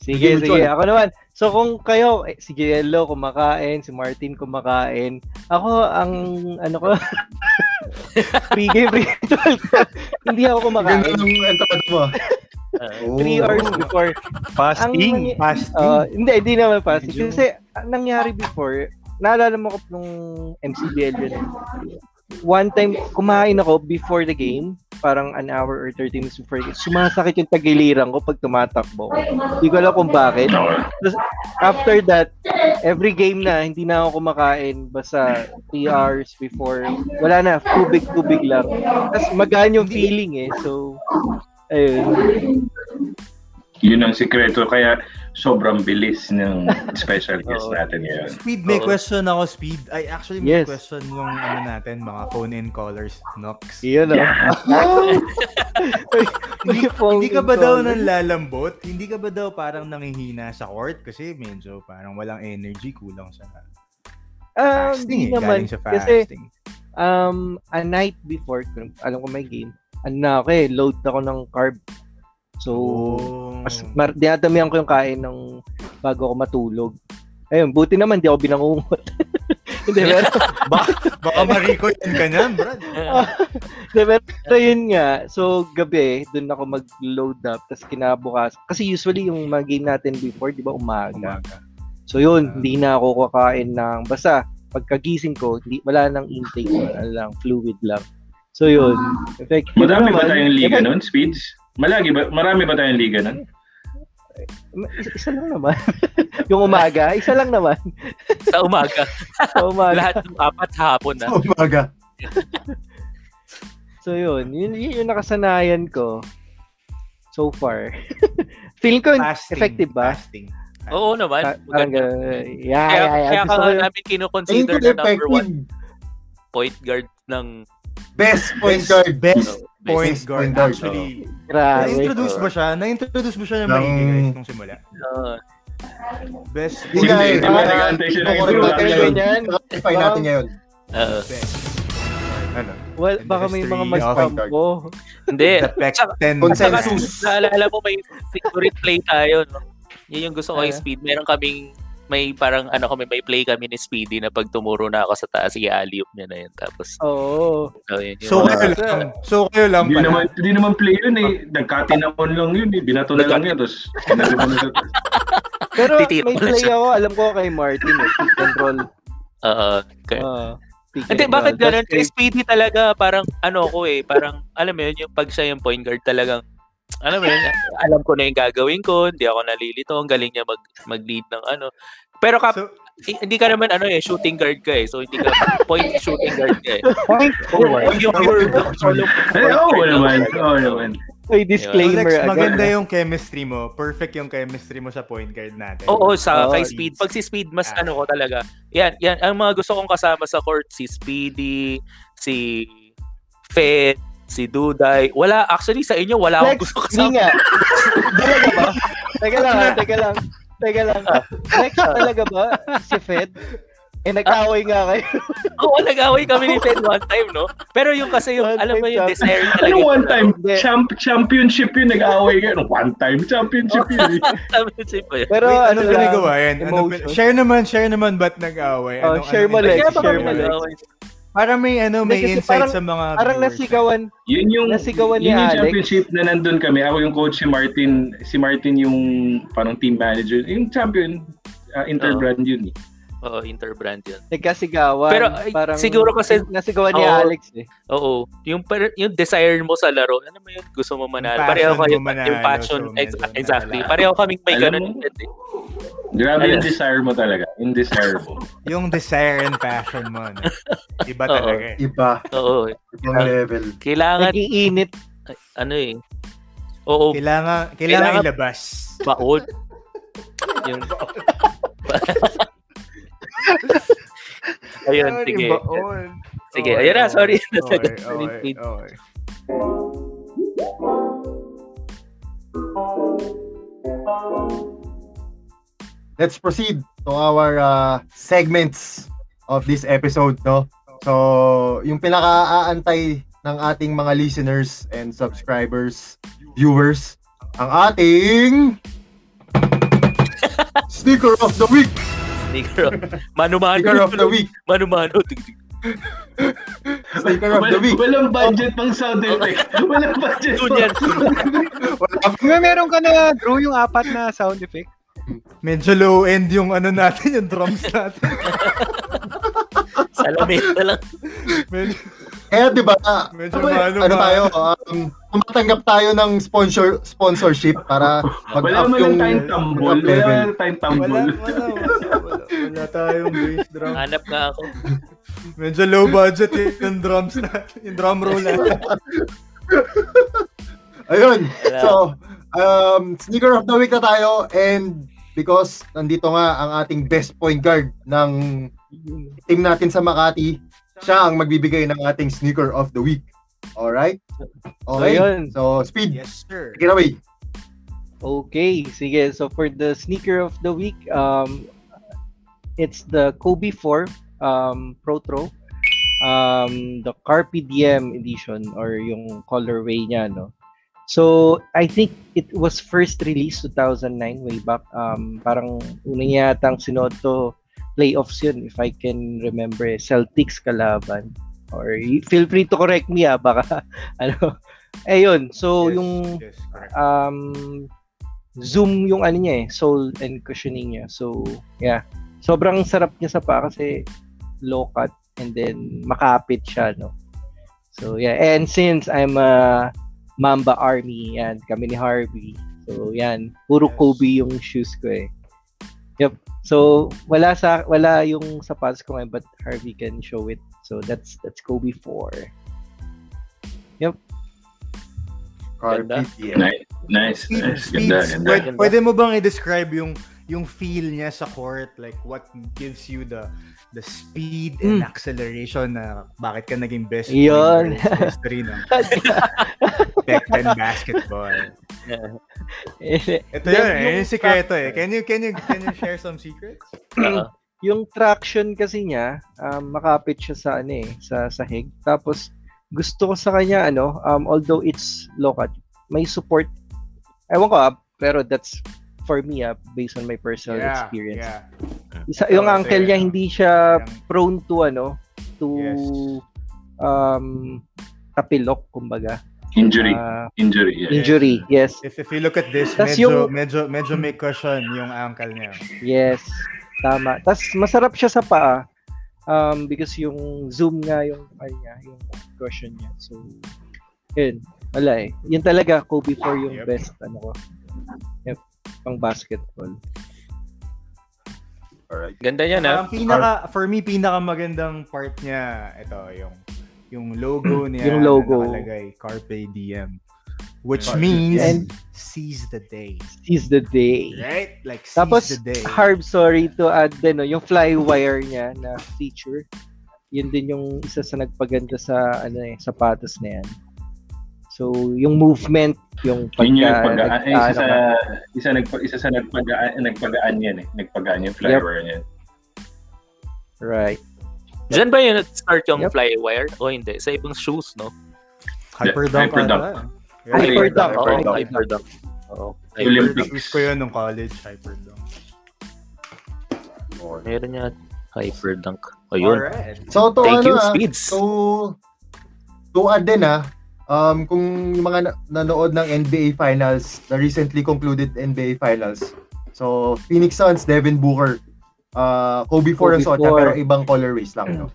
B: Sige,
A: Sige,
B: sige.
A: John.
B: Ako naman. So kung kayo, eh, si Giello kumakain, si Martin kumakain, ako ang ano ko, pre-game ritual ko, hindi ako
A: Ganda
B: kumakain.
A: ng entrada mo. Oh.
B: Three hours before. Ang-
F: Fasting.
E: Fasting.
B: Uh, hindi, hindi naman fasting.
F: Medyo-
B: Kasi ang nangyari before, naalala mo ko nung MCBL yun. eh. One time, kumain ako before the game, parang an hour or 30 minutes before the game. Sumasakit yung tagiliran ko pag tumatakbo. Hindi ko alam kung bakit. Tapos, after that, every game na, hindi na ako kumakain basta 3 hours before. Wala na, tubig-tubig lang. Tapos magaan yung feeling eh. So, ayun.
C: Yun ang sikreto. Kaya sobrang bilis ng special guest
B: Oo.
C: natin ngayon.
E: Speed, may
D: Oo.
E: question ako, Speed. Ay, actually, may
B: Yes.
E: question yung ano natin, mga phone-in callers, Nox.
B: Yun oh.
C: Yeah.
B: May phone
E: Hindi ka ba
B: in
E: daw
B: call.
E: nalalambot? Hindi ka ba daw parang nanghihina sa court? Kasi medyo parang walang energy, kulang sa
B: Ah,
E: fasting
B: hindi
E: eh.
B: naman.
E: Galing sa
B: Kasi,
E: fasting.
B: um, a night before, kung- alam ko may game, ano ako eh, load ako ng carb. So,
E: Oh.
B: mas, mar- dinadamihan ko yung kain ng bago ako matulog. Ayun, buti naman, di ako binangungot. hindi, pero,
E: Baka ma-recall Oh, ka na, brad.
D: Ah,
B: hindi, pero yun nga. So, gabi, dun ako mag-load up, tapos kinabukas. Kasi usually, yung mga game natin before, di ba, umaga.
E: Umaga.
B: So
E: Ah.
B: yun, hindi na ako kakain ng basta pagkagising ko, hindi wala nang intake, wala lang fluid lang. So yun, effective
C: Madami ba
B: naman.
C: tayong liga
B: Effect-
C: nun, Speeds? Malagi ba? Marami ba tayong liga nun?
B: Ma- Isa, isa lang naman. yung umaga, isa lang naman.
D: Sa umaga.
B: Sa umaga.
D: Lahat ng apat hapon ah. na.
A: Umaga.
B: So yun, yun, yun yung nakasanayan ko so far. Feel ko
E: Fasting.
B: effective ba?
E: Fasting.
D: Oo naman.
B: Pa- Parang
D: Maganda.
B: ganun. Yeah,
D: Kaya,
B: yeah, yeah.
D: kaya ka
B: Gusto ko
D: nga
B: yun.
D: namin
A: Tingin ko
D: kinukonsider na number one
A: effective.
D: point guard ng
A: Best point guard.
E: Best
A: Point
E: point
A: guard.
E: guard. Actually,
B: Grabe.
E: na-introduce ba siya? Na-introduce ba siya ng
A: Ng-
E: maigi guys nung simula?
D: uh,
E: Best
A: Hindi
E: point
A: nga eh.
C: Hindi, hindi ba
A: Ah,
C: nag-aantay siya ng
A: Correct natin
B: Correct
A: ngayon.
B: ba yan?
A: Clarify natin ngayon.
B: Ah.
D: uh,
E: Best. Ano?
B: Well, baka may mga
E: Industry
B: mas
E: of-
B: pampo.
D: hindi.
E: The Pec
D: Eh, Tsaka-
E: 10.
A: Consent.
D: Saka, naalala mo may favorite play tayo. No? Yun yung gusto ko
B: Ah.
D: yung speed. Meron kaming may parang ano kami may play kami ni Speedy na pag tumuro na ako sa taas i-alley-oop niya na yun tapos
B: Oo.
D: so, yun, yun.
E: So kayo lang. So kayo lang
C: Hindi
E: pala.
C: naman, hindi naman play yun eh. Nagkatinaon lang yun eh. Binato na lang yun. Tapos, kinalipan na sa-
B: Pero
D: Titira
B: may
D: ko lang
B: play
D: siya.
B: ako, alam ko kay Martin, eh, pick and roll.
D: Oo. Okay.
B: Ah, pick
D: eh. Hindi,
B: and
D: bakit
B: roll.
D: ganun?
B: Tapos
D: Kay Speedy talaga, parang ano ko eh, parang, alam mo yun, yung pag siya yung point guard talagang, alam mo yun, alam ko na yung gagawin ko, hindi ako nalilito, ang galing niya mag, mag-lead ng ano. Pero kap,
E: So,
D: eh, hindi ka naman ano eh, shooting guard ka eh, so hindi ka point shooting guard ka eh.
B: Point
D: Yung- yung- yung-
C: Eh, oo naman. Oo naman.
B: May
E: Alex,
B: disclaimer agad.
E: maganda yung chemistry mo. Perfect yung chemistry mo sa point guard natin.
D: Oo, sa
B: Oo,
D: kay Speed. Pag si Speed, mas
E: Ah.
D: ano ko talaga. Yan, yan. Ang mga gusto kong kasama sa court, si Speedy, si Fed, si Duday. Wala, actually sa inyo, wala akong
B: Flex,
D: gusto kasama.
B: hindi nga. Talaga ba? Teka lang, ha, teka lang. Teka lang. Flex talaga ba si Fed? Eh, nag-away nga kayo.
D: Oo, nag-away kami ni Fed one time, no? Pero yung kasi yung,
B: One
D: alam mo
B: time
D: yung
B: lang.
D: desire talaga.
C: Ano one time?
B: Hindi.
C: Champ, championship yun. Nag-away ka. One time championship yun. eh.
D: Championship ko yun.
B: Pero
E: Wait,
B: ano
E: ano ba
B: lang,
E: nagawa yan? Ano, ba-
B: emotion.
E: share naman, share naman ba't Ano, nag-away?
B: Oh,
E: Anong-
B: share mo,
E: anong-
B: Lex,
D: Kaya pa kami
B: share mo, Lex.
D: nag-away.
E: Para may ano, may
B: Kasi
E: insight
B: parang-
E: sa mga
B: parang
E: viewers.
B: nasigawan.
C: Yun yung
B: Nasigawan ni
C: yun yung
B: Alex.
C: championship na nandun kami. Ako yung coach si Martin. Si Martin yung parang team manager. Yung champion ah, interbrand yun. eh.
D: Oo, interbrand yun.
B: Nagkasigawan.
D: Pero, ay, siguro kasi-
B: Nasigawan ni
D: Oo.
B: Alex eh.
D: Oo. Yung, per- yung desire mo sa laro, ano mo yun, gusto mo manalo.
E: Yung
D: Pareho
E: passion
D: kayo,
E: mo manalo,
D: yung passion,
E: so
D: ex-
E: medyo
D: exactly.
E: natala.
D: Pareho kaming may
C: Alam
D: ganun. eh.
C: mo? Grabe yung desire mo talaga. Yung desire mo.
E: Yung desire and passion mo. No? Iba
D: Oo.
E: talaga eh.
A: Iba.
D: Oo.
A: Ibang level.
D: Kailangan,
B: Nag-iinit.
D: ano eh. Oo,
E: Kailangan, kailangan
D: Kailangan-
E: ilabas.
D: baon. Yung... Ayun,
E: Kailangan
D: sige.
E: ibaon.
D: Sige,
E: Okay,
D: ayun na,
E: okay,
D: sorry.
E: okay, okay,
D: Sorry.
E: okay.
A: let's proceed to our uh, segments of this episode, no? So, yung pinaka-aantay ng ating mga listeners and subscribers, viewers, ang ating Sneaker of the Week!
D: Sneaker of... Mano-mano.
A: Sneaker of the Week!
D: Mano-mano. Tig- tig-
A: Sneaker of the
C: Wal-
A: week.
C: walang budget pang sound effect. walang budget
D: Yun yan.
F: May meron ka na, Drew, yung apat na sound effect.
E: Medyo low end yung ano natin, yung drums natin.
D: Salamin na lang.
E: Medyo,
A: Eh, di ba? ah,
E: Medyo
A: ano,
E: maano
A: ano
E: ba?
A: tayo? Um, tumatanggap tayo ng sponsor sponsorship para
C: Wala
A: mag-up
C: man lang
A: yung
C: tayong
A: up
C: tambol. Wala man
A: level.
C: lang tayong
E: wala,
C: tambol.
E: wala, wala, wala, wala tayong bass drum.
D: Hanap nga ako.
E: Medyo low budget eh, yung drums natin, yung drum roll natin.
A: Ayun.
D: Wala.
A: So, um, sneaker of the week na tayo and because nandito nga ang ating best point guard ng team natin sa Makati, siya ang magbibigay ng ating sneaker of the week. Alright? Okay.
B: So, yun.
A: So, speed.
E: Yes, sir.
A: Take it away.
B: Okay, sige. So for the sneaker of the week, um, it's the Kobe 4 um, Protro. Um, the Carpe Diem edition or yung colorway niya, no? So, I think it was first released 2009, way back. Um, parang una niya yatang sinuot to playoffs yun, if I can remember. Celtics kalaban. Or feel free to correct me, ah, baka, ano. Ayun, so
E: Yes,
B: yung
E: Yes, correct.
B: um, zoom yung ano niya eh, sole and cushioning niya. So, yeah. Sobrang sarap niya sa pa kasi low cut and then makapit siya, no? So, yeah. And since I'm a Mamba Army, yan, kami ni Harvey. So, yan. Puro
E: Yes.
B: Kobe yung shoes ko eh. Yep. So, wala sa wala yung sapatos ko ngayon but Harvey can show it. So, that's that's Kobe 4.
A: Carpe
D: Ganda.
A: diem.
C: Nice, nice, nice.
E: Speeds,
C: Ganda, ganda.
E: pwede, pwede mo bang i-describe yung yung feel niya sa court? Like, what gives you the the speed and
B: Mm.
E: acceleration na bakit ka naging best
B: Yun.
E: player sa history ng Tekken basketball? Ito yun, eh. Yung sikreto eh. Can you, can you, can you share some secrets?
D: Oo.
B: yung traction kasi niya, um, makapit siya sa ano eh, sa sahig. Tapos gusto ko sa kanya ano, um, although it's low cut, may support. Ewan ko ah, pero that's for me ah, based on my personal experience. Uh,
E: yeah. Um,
B: Isa, yung
E: Oh,
B: ankle
E: sige.
B: niya hindi siya
E: Parang-
B: prone to ano, to
E: Yes.
B: um tapilok kumbaga.
C: Injury,
B: Ah,
C: injury. Yeah.
B: injury. Yes.
E: If, if you look at this,
B: Tas
E: medyo,
B: yung-
E: medyo, medyo may cushion yung ankle niya.
B: Yes, tama. Tapos masarap siya sa paa. Um, because yung zoom nga yung ano niya, yung cushion niya. So, yun. Wala eh. Yun talaga, Kobe 4 yung
E: Yep.
B: best, ano ko. Yep. Pang basketball.
A: Alright.
D: Ganda ah. yan,
A: Um,
D: ha?
E: Ang pinaka, for me, pinaka magandang part niya, ito, yung yung logo niya.
B: Yung logo.
E: Na nakalagay, Carpe Diem. Which
A: Carpe
E: means,
B: Diem.
E: seize the day.
B: Seize the day.
E: Right? Like, seize
B: Tapos,
E: the day.
B: Harb, sorry to add din, no, yung flywire niya na feature. Yun din yung isa sa nagpaganda sa ano eh, sapatos na yan. So, yung movement, yung pagka...
C: Yun yung nagpagaan. Eh, isa sa,
B: nag- ano
C: isa, nagpa, isa sa nagpagaan, nagpagaan yan eh. Nagpagaan yung flyover niyan.
B: ka. Right.
D: Diyan ba yun start yung
B: Yep.
D: flywire? O hindi. Sa ibang shoes, no?
E: Hyperdunk.
C: Hyperdunk.
E: ata. Yeah.
C: Ay,
A: Ah,
B: Hyperdunk.
D: Oo,
C: Hyperdunk.
D: Hyperdunk. Oo.
C: Hyperdunk.
D: Hyperdunk.
E: Shoes ko yun nung college, Hyperdunk.
D: Meron niya Hyperdunk. Ayun.
E: Alright.
A: So, to
D: Thank
A: ano
D: you,
A: ah,
D: Speeds.
A: So, to add din ah, um, kung yung mga na- nanood ng NBA Finals, the recently concluded NBA Finals. So, Phoenix Suns, Devin Booker. Uh, Kobe 4 ang
B: Kobe
A: suot niya,
B: four.
A: pero ibang colorways lang. No?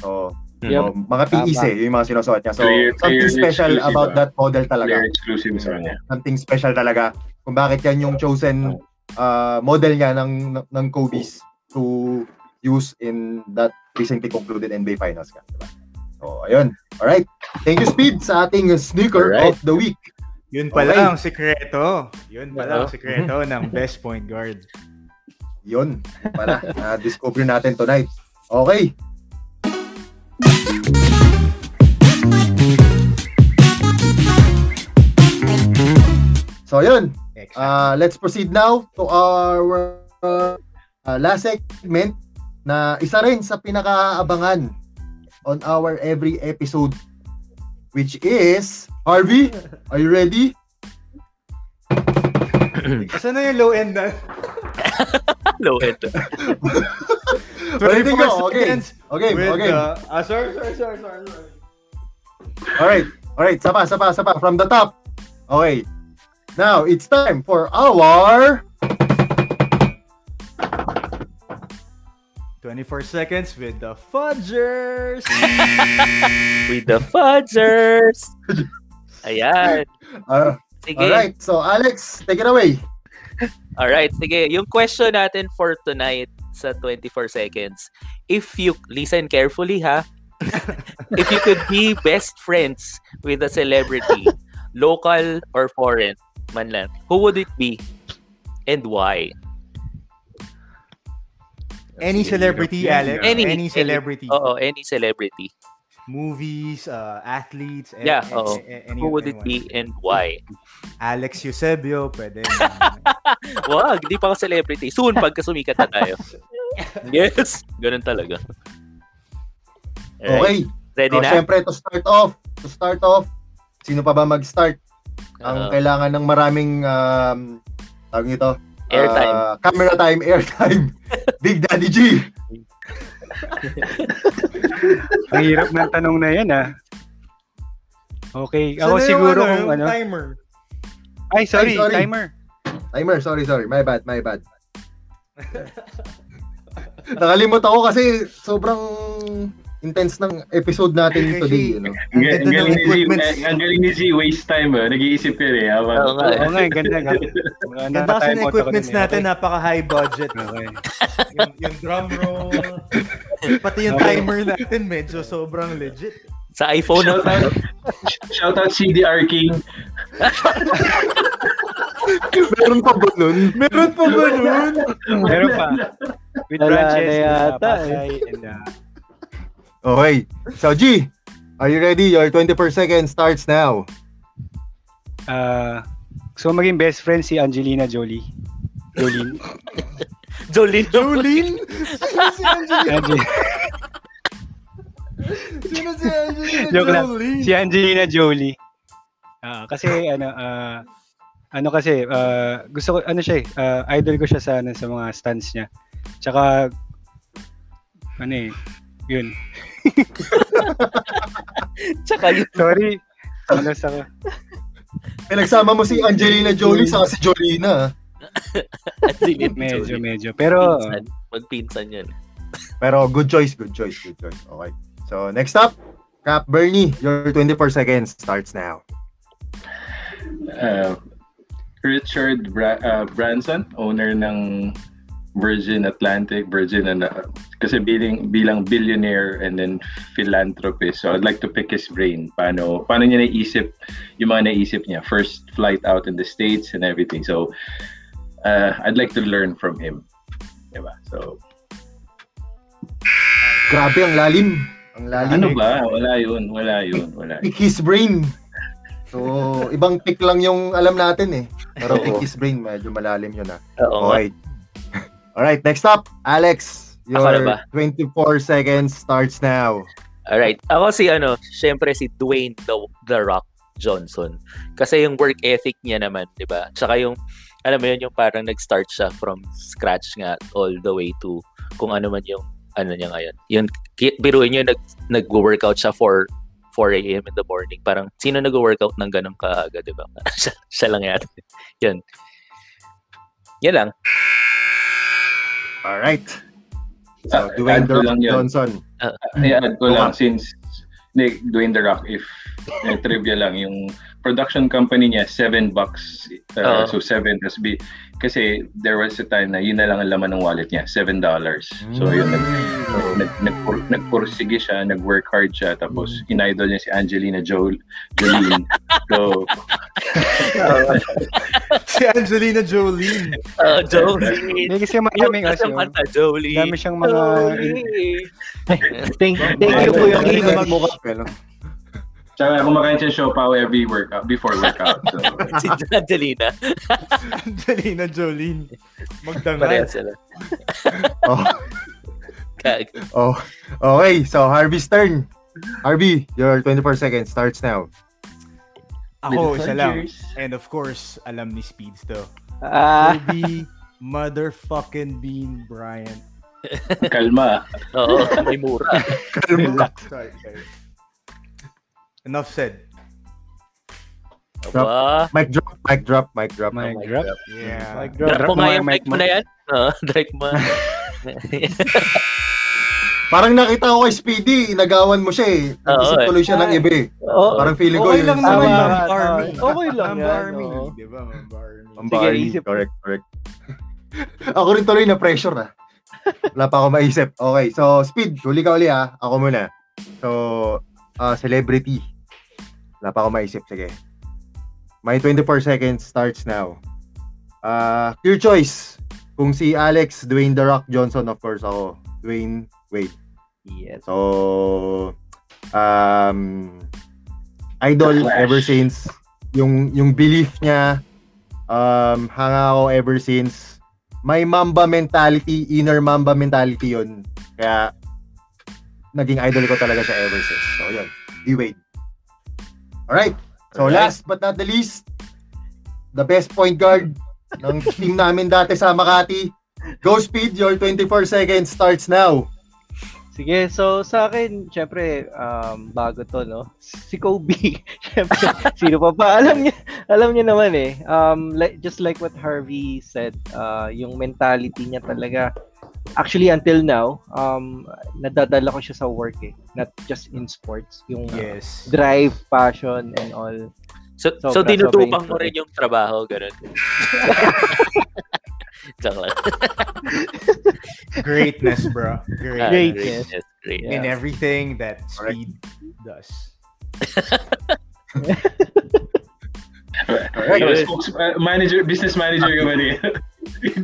A: So,
B: Yep.
A: um, mga PEs
B: Tama.
A: eh, yung mga sinusuot niya. So,
C: Clear-
A: something
C: clear
A: special
C: exclusive,
A: about
C: ah.
B: diba?
A: that model talaga.
C: Player exclusive sa kanya.
A: Something special talaga. Kung bakit yan yung chosen uh, model niya ng, ng Kobe's to use in that recently concluded NBA Finals. Ka, diba? So, ayun. Alright. Thank you, Speed, sa ating sneaker
D: Alright.
A: of the week.
E: Yun pala
A: Okay.
E: ang sikreto. Yun pala ang sikreto ng best point guard.
A: Yun. Para na-discover natin tonight. Okay. So, yun.
E: Exactly.
A: Uh, let's proceed now to our uh, last segment na isa rin sa pinakaabangan on our every episode which is Harvey, are you ready?
E: Asan na yung low end na?
D: Hello, ito.
A: Ulitin ko, okay.
E: seconds
A: Okay,
E: with
A: okay.
E: the- ah, sorry, sorry, sorry, sorry, sorry.
A: Alright, alright. Sapa, sapa, sapa. From the top. Okay. Now, it's time for our...
E: 24 seconds with the Fudgers!
D: With the Fudgers! Ayan.
A: Uh,
D: Sige.
A: alright, so Alex, take it away.
D: Alright, sige. Yung question natin for tonight sa 24 seconds. If you, listen carefully ha, if you could be best friends with a celebrity, local or foreign, man lang, who would it be? And why?
E: Any
C: Sige,
E: celebrity,
C: hirap yan,
E: Alex.
C: ah.
E: Any, celebrity.
D: Oo, any celebrity.
E: Movies, uh, athletes. a-
D: Yeah,
E: a-
D: oo.
E: a- a- any-
D: Who would it
E: anyone.
D: be and why?
E: Alex Eusebio, pwede.
D: Wag, di pa ako celebrity. Soon, pagka sumikat na tayo. yes! Ganun talaga.
A: Okay.
D: Alright,
A: Oh,
D: Ready
A: So,
D: na?
A: syempre, to start off, to start off, sino pa ba mag-start? Ang
D: Oo.
A: kailangan ng maraming, um, tawag nito, uh,
D: Airtime.
A: camera time, airtime. Big Daddy G.
F: Ang hirap ng tanong na yan, ah. Okay,
E: Sana
F: ako
E: yung
F: siguro
E: ano,
F: kung
E: yung
F: ano.
E: Timer.
F: Ay, sorry,
A: Ay, sorry.
F: timer.
A: Timer, sorry, sorry. My bad, my bad. Nakalimot ako kasi sobrang intense ng episode natin today. You know?
E: Ang
C: Ang ga-
E: ganda
C: ang
E: ng
C: galing ni Z,
E: equipments.
C: eh, ang galing ni Z, waste time ah. Nag-iisip yun eh. habang-
D: Oo nga eh.
F: Oo nga, ang ganda nga. Mga
E: Ganda kasi
F: nakatime
E: ng
F: out ako
E: equipments
F: dun eh.
E: natin, napaka-high budget.
F: Okay.
E: yung, yung drum roll, pati yung
F: Okay.
E: timer natin, medyo sobrang legit.
D: Sa iPhone na
C: Shout out, shout out CDR King.
A: Meron pa ba nun?
E: Meron pa ba nun?
F: Meron pa. With
B: Wala
F: branches,
B: na
F: na
B: yata,
A: eh.
F: Pasay, and uh,
A: Okay. So, G, are you ready? Your 24 seconds starts now.
F: ah, gusto ko maging best friend si Angelina Jolie. Jolie.
D: Jolene.
E: Jolene? Sino si Angelina?
F: Ange-
E: Sino si Angelina
F: Joke lang.
E: Jolene?
F: si Angelina Jolie. Ah, kasi ano ah, ano kasi ah, gusto ko ano siya eh ah, idol ko siya sa ano, sa mga stunts niya. Tsaka ano eh yun.
D: Tsaka yun.
F: Sorry. Ano sa
A: Pinagsama mo si Angelina Jolie sa si Jolina.
D: Jolene.
F: medyo
D: Jolene.
F: medyo pero
D: Pinsan. Magpinsan yun.
A: Pero good choice, good choice, good choice. Okay. So, next up, Cap Bernie, your 24 seconds starts now.
C: Uh, Richard Bra- uh, Branson, owner ng Virgin Atlantic, Virgin and uh, kasi bilang bilang billionaire and then philanthropist. So I'd like to pick his brain. Paano paano niya naisip yung mga naisip niya first flight out in the states and everything. So uh, I'd like to learn from him. Diba? So
A: Grabe, ang lalim. Ang lalim.
C: ano ba? Wala yun, wala yun, wala. yun.
A: Pick his brain. So, ibang pick lang yung alam natin eh. Pero
D: Oo.
A: pick his brain, medyo malalim yun ah.
D: Oo.
A: Okay. Alright, next up, Alex.
D: Ako na ba?
A: Your 24 seconds starts now.
D: Alright. Ako si ano, syempre si Dwayne The, The Rock Johnson. Kasi yung work ethic niya naman, di ba? Tsaka yung, alam mo yun, yung parang nag-start siya from scratch nga all the way to kung ano man yung ano niya ngayon. Yun, ki- biruin niyo, nag, nag-workout siya for 4 a.m. in the morning. Parang, sino nag-workout ng ganun kaaga, di ba? siya, siya lang yata. Yun. Yan lang.
A: Alright.
C: Ah,
A: So, Dwayne
C: add
A: The
C: ko
A: Rock
C: lang yun.
A: Johnson.
C: I-add ko
A: Oo
C: lang
A: nga.
C: since ni Dwayne The Rock, if eh, trivia lang, yung production company niya, 7 bucks.
D: Oo.
C: Uh, So 7 has be, kasi there was a time na yun na lang ang laman ng wallet niya, 7 dollars.
E: Mm.
C: So yun, nag, so, nag, nagpur, nagpursige siya, nag-work hard siya, tapos
E: Mm.
C: in-idol niya si Angelina Jol- Jolie. so,
E: Si Angelina Jolene.
D: Uh, Jolene.
F: hindi kasi
D: Yung
F: madaming
D: kasi
F: kasi
D: yung
F: yun.
D: kanta, Jolene.
F: Dami siyang mga
D: Jolene.
B: Thank, thank you po yung
A: Ang
B: higot.
A: lalim mo, Cap, eh, no?
C: tsaka kumakain siya ng siopaw every workout, before workout. So,
D: si Angelina.
E: Angelina Jolene. Magdangal.
D: Parehas sila.
A: Oh,
D: Kag.
A: oh. Okay, so Harvey's turn. Harvey, your 24 seconds starts now.
E: Ako,
C: with
E: isa lang.
C: Rodgers.
E: And of course, alam ni Speeds to.
B: Ah,
E: Kobe motherfucking Bean Bryant.
C: Kalma.
D: Oo, may mura.
E: Sorry, sorry. Enough said.
D: Aba,
A: Mic drop, mic drop, mic drop.
F: Mic
A: mic
F: drop.
E: Yeah.
F: Mic drop.
D: drop mo nga yung
F: mic
D: mic mo na yan. Oo, drop mo.
A: Parang nakita ko kay Speedy, inagawan mo siya eh. Nag-isip
D: Oo, eh.
A: tuloy siya ng iba eh.
B: Oo.
A: Parang feeling ko
E: Okay
A: yun.
E: lang naman
B: Tama,
E: yung
B: tama.
E: army.
B: ah, Okay lang
E: Mamba
B: yan, oh.
E: army.
B: oo.
E: Di ba? Mamba army.
A: Ang
B: Sige,
A: barney.
B: isip mo.
A: Correct, correct. ako rin tuloy na pressure na. Wala pa ako maisip. Okay, so speed, huli ka uli ah. Ako muna. So, ah, celebrity. Wala pa ako maisip. Sige. My 24 seconds starts now. Ah, your choice. Kung si Alex, Dwayne The Rock Johnson, of course ako. Dwayne Wade.
B: Yes.
A: So, um, idol
C: Clash.
A: ever since. Yung, yung belief niya, um, hanga ako ever since. May mamba mentality, inner mamba mentality yun. Kaya, naging idol ko talaga siya ever since. So, yun. D-Wade. Alright. So,
D: Alright.
A: last but not the least, the best point guard ng team namin dati sa Makati. Go speed, your 24 seconds starts now.
B: Sige, so sa akin, syempre, um, bago to, no? Si Kobe. syempre, sino pa pa? Alam niya, alam niya naman eh. Um, like, just like what Harvey said, uh, yung mentality niya talaga. Actually, until now, um, nadadala ko siya sa work eh. Not just in sports. Yung uh,
E: Yes.
B: drive, passion, and all.
D: So, so
B: Sobra,
D: tinutupang
B: sobra.
D: mo rin yung trabaho, ganun. Joke lang.
E: Greatness, bro.
D: Ah,
E: Great.
B: Great.
D: greatness, great.
E: In everything that speed does.
C: Alright. Spokes- uh, manager, business manager ka ba niya?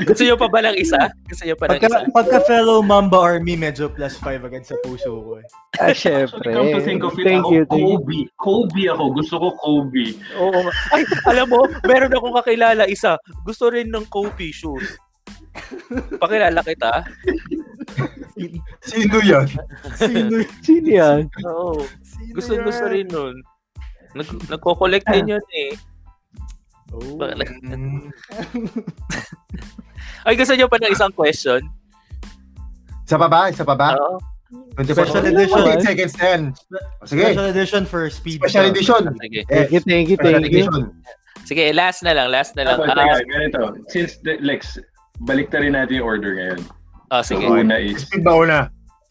D: Gusto nyo pa ba ng isa? Gusto nyo pa ng isa?
E: Pagka, pagka fellow Mamba Army, medyo plus 5 agad sa puso ko eh.
B: Ah, syempre.
C: Come to think of it, ah, oh,
B: thank
C: ako,
B: you, thank you.
C: Kobe. Kobe ako. Gusto ko Kobe.
D: Oo. nga. Ay, alam mo, meron akong kakilala isa. Gusto rin ng Kobe shoes. Pakilala kita.
A: Sino yan?
E: Sino
C: oh,
E: yun?
B: Sino yan?
D: Oo.
E: Sino
D: Gusto
E: yun?
D: gusto rin nun. Nag nagko-collect
B: Ah.
D: din yun eh.
E: Oh.
D: Bakit? Ay, gusto nyo pa ng isang question?
A: Isa pa ba? Isa pa ba?
D: Oo.
A: 24
E: Special
A: seconds.
E: edition.
A: 48 seconds na yan. O, Sige.
E: Special edition for speed.
A: Special edition.
D: Sige.
A: Eh,
B: Thank you, thank you,
A: special
B: thank you.
A: edition.
D: Sige, last na lang, last na lang.
C: Tapos,
D: Ah,
C: teka, ganito. Since, the, Lex, balik na rin natin yung order ngayon.
D: ah,
C: So,
D: sige.
C: una is,
A: Speed ba una?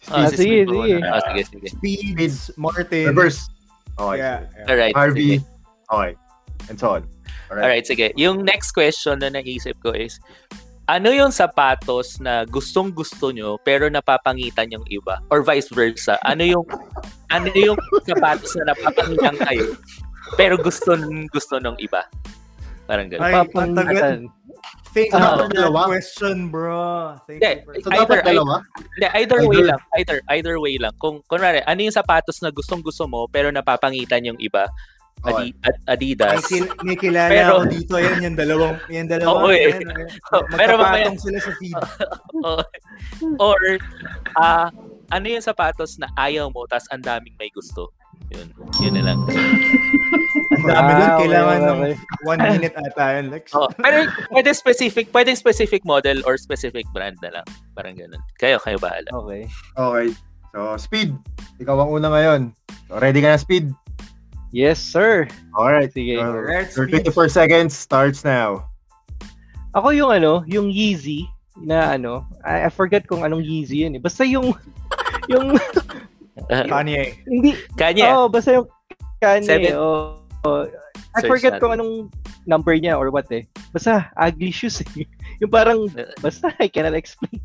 D: Ah,
B: Ah, sige,
D: muna.
B: sige.
D: Ah, sige, sige.
E: Speeds, Martin.
A: Reverse. Okay.
E: Yeah. yeah.
D: Alright.
A: Harvey.
D: sige.
A: Okay. And so on. Alright.
D: Alright, sige. Yung next question na naisip ko is, ano yung sapatos na gustong gusto nyo pero napapangitan yung iba? Or vice versa? Ano yung ano yung sapatos na napapangitan kayo pero gusto gusto ng iba? Parang ganun.
E: Ay, ang tagal.
B: Papangatan.
E: Thank you
A: Ah,
E: for
A: dalawa?
E: that question, bro. Thank
D: Hindi.
E: you for
A: So,
E: that.
A: dapat
D: Either-
A: dalawa.
D: Hindi, either way
A: Either.
D: lang. Either either way lang. Kung kunwari, ano yung sapatos na gustong gusto mo pero napapangitan yung iba?
A: Okay.
D: Adi- Ad-
E: May,
D: Adidas.
E: kil- may kilala
D: Pero-
E: ako dito. Yan, yung dalawang. Yan dalawang.
D: Oo, eh.
E: yan, eh.
D: Pero mamaya, Ah.
E: Magkapatong sila sa feed.
D: or, or ah, ano yung sapatos na ayaw mo tas ang daming may gusto? Yun. Yun na lang.
E: Ang dami dun.
B: Ah, okay,
E: Kailangan ng
B: okay.
E: one minute ata yun, Lex.
D: Oh, pero pwede specific, pwede specific model or specific brand na lang. Parang ganun. Kayo, kayo bahala.
B: Okay.
A: Okay. So, speed. Ikaw ang una ngayon. So, ready ka na, speed?
B: Yes, sir.
A: Alright.
B: Sige.
A: So,
E: Alright,
A: your
E: Speed.
A: 24 seconds starts now.
B: Ako yung ano, yung Yeezy na ano, I, I forget kung anong Yeezy yun eh. Basta yung yung
E: Kanye.
B: hindi
D: Kanya.
B: oh, basta yung Kanye.
D: Seven.
B: Oh, oh.
D: Search
B: I forget
D: natin.
B: kung anong number niya or what eh. Basta ugly shoes eh. Yung parang basta I cannot explain.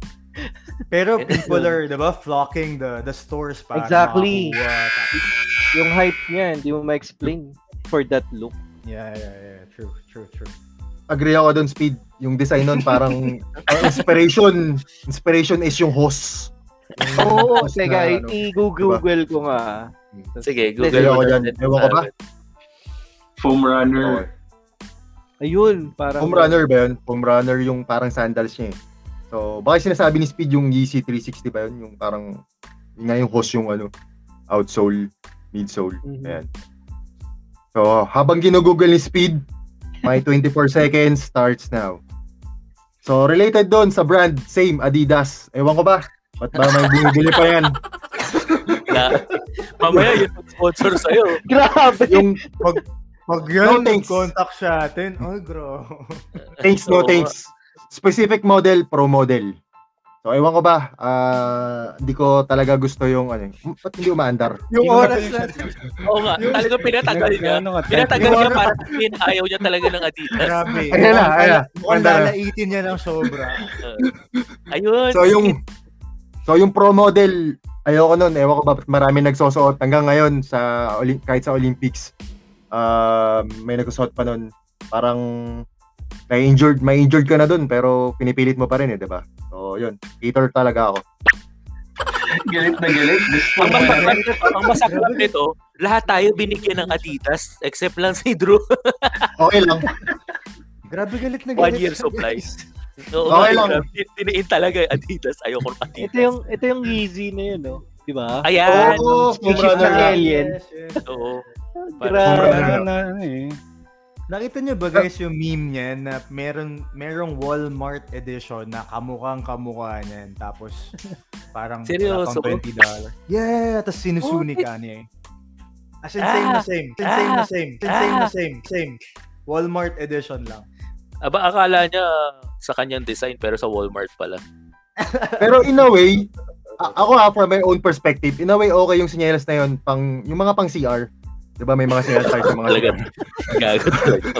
E: Pero people are, di ba, flocking the the stores para
B: Exactly.
E: makakuha.
B: Yung hype niya, hindi mo ma-explain for that look.
E: Yeah, yeah, yeah. True, true, true.
A: Agree ako dun, speed. Yung design nun parang ang inspiration. Inspiration is yung host.
B: Oo,
A: Host
B: teka,
A: na, ano.
B: i-google
E: Diba?
B: ko nga.
D: Sige,
A: Sige,
D: Google.
A: ako
D: mo na.
A: dyan. Ewan ko ba?
C: foam runner.
B: Ayun, parang
A: Home runner ba yun? Home runner yung parang sandals niya eh. So, baka sinasabi ni Speed yung Yeezy 360 ba yun? Yung parang, yun nga yung host yung ano, outsole, midsole.
B: Mhm.
A: Ayan. So, habang ginugoogle ni Speed, my 24 seconds starts now. So, related doon sa brand, same, Adidas. Ewan ko ba? Ba't ba may bumibili pa yan?
D: Na, mamaya yun ang sponsor sa'yo.
B: Grabe.
A: Yung
E: Pag
A: No
E: yun,
A: thanks.
E: contact siya atin. Ay, bro.
A: thanks, no
D: Oo.
A: thanks. Specific model, pro model. So, ewan ko ba, ah, di ko talaga gusto yung, ano, eh, ba't hindi umaandar?
E: Yung
F: Hindi ko
E: oras
F: matuloy
E: na.
D: Oo nga, talaga pinatagal niya.
F: Ano ka,
D: Pinatagal
E: Yung
D: niya
E: oras-
D: para sabihin ayaw niya talaga ng Adidas.
E: Grabe.
A: Ayun na, ayun na.
E: Mukhang
A: Ganda na.
E: lalaitin niya ng sobra.
D: Ayun.
A: So, yung, so, yung pro model, ayoko nun, ewan ko ba, ba't marami nagsusuot hanggang ngayon sa, Oli- kahit sa Olympics, ah, may nagsusuot pa nun. Parang, may injured, may injured ka na dun, pero pinipilit mo pa rin eh, di ba? So, yun, hater talaga ako.
C: Galit na galit. Gusto
D: ang
C: mo na.
D: masaklap nito, ang masaklap nito, lahat tayo binigyan ng Adidas except lang si Drew.
A: Okay lang.
E: Grabe galit na galit.
D: One year supplies. Oo,
A: Okay lang.
D: grabe, Tiniin talaga yung Adidas. Ayoko ng Adidas.
B: Ito yung, ito yung Yeezy na yun, no? Diba?
D: Ayan.
A: Oo,
B: Species
A: kumrana
B: ng
A: na.
B: alien.
D: Oo.
B: Grabe.
F: Ano na, ano eh.
E: Nakita niyo ba guys yung meme niya na meron merong Walmart edition na kamukhang kamukha niyan tapos parang
D: Seryoso?
E: wala pang $20. Yeah, tapos sinusuni ka niya eh. As in, same na same. Same, same na same. Same, same na same. Same. Walmart edition lang.
D: Aba, akala niya sa kanyang design pero sa Walmart pala.
A: Pero in a way, a- ako ha, from my own perspective, in a way, okay yung sinyelas na yun, pang, yung mga pang CR. Di ba may mga sinyelas tayo sa mga
D: Talaga. Gago talaga.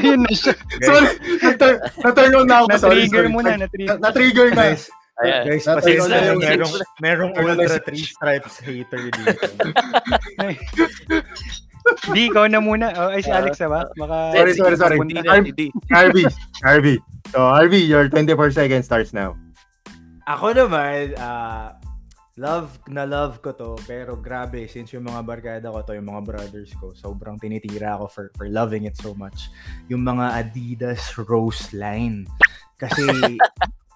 F: Ayun na siya.
A: Sorry, na-turn, na-turn on na ako. Oh, Sorry,
F: Na-trigger
A: sorry.
F: mo na, na-trigger.
A: Na- Na-trigger na.
E: Guys,
D: Ayan.
E: guys
A: Ayan.
E: pasensya
A: Ayan.
E: na
A: Ayan.
E: merong, merong
A: Ayan.
E: ultra three stripes hater dito.
F: Di, ikaw na muna. Oh, ay, si
D: Ah.
F: Alex na ba? Baka...
A: Sorry, sorry, sorry.
D: Hindi na, hindi.
A: Harvey, Harvey. So, Harvey, your 24 seconds starts now.
E: Ako naman, ah, love na love ko to, pero grabe, since yung mga barkada ko to, yung mga brothers ko, sobrang tinitira ako for, for loving it so much. Yung mga Adidas Rose line. Kasi,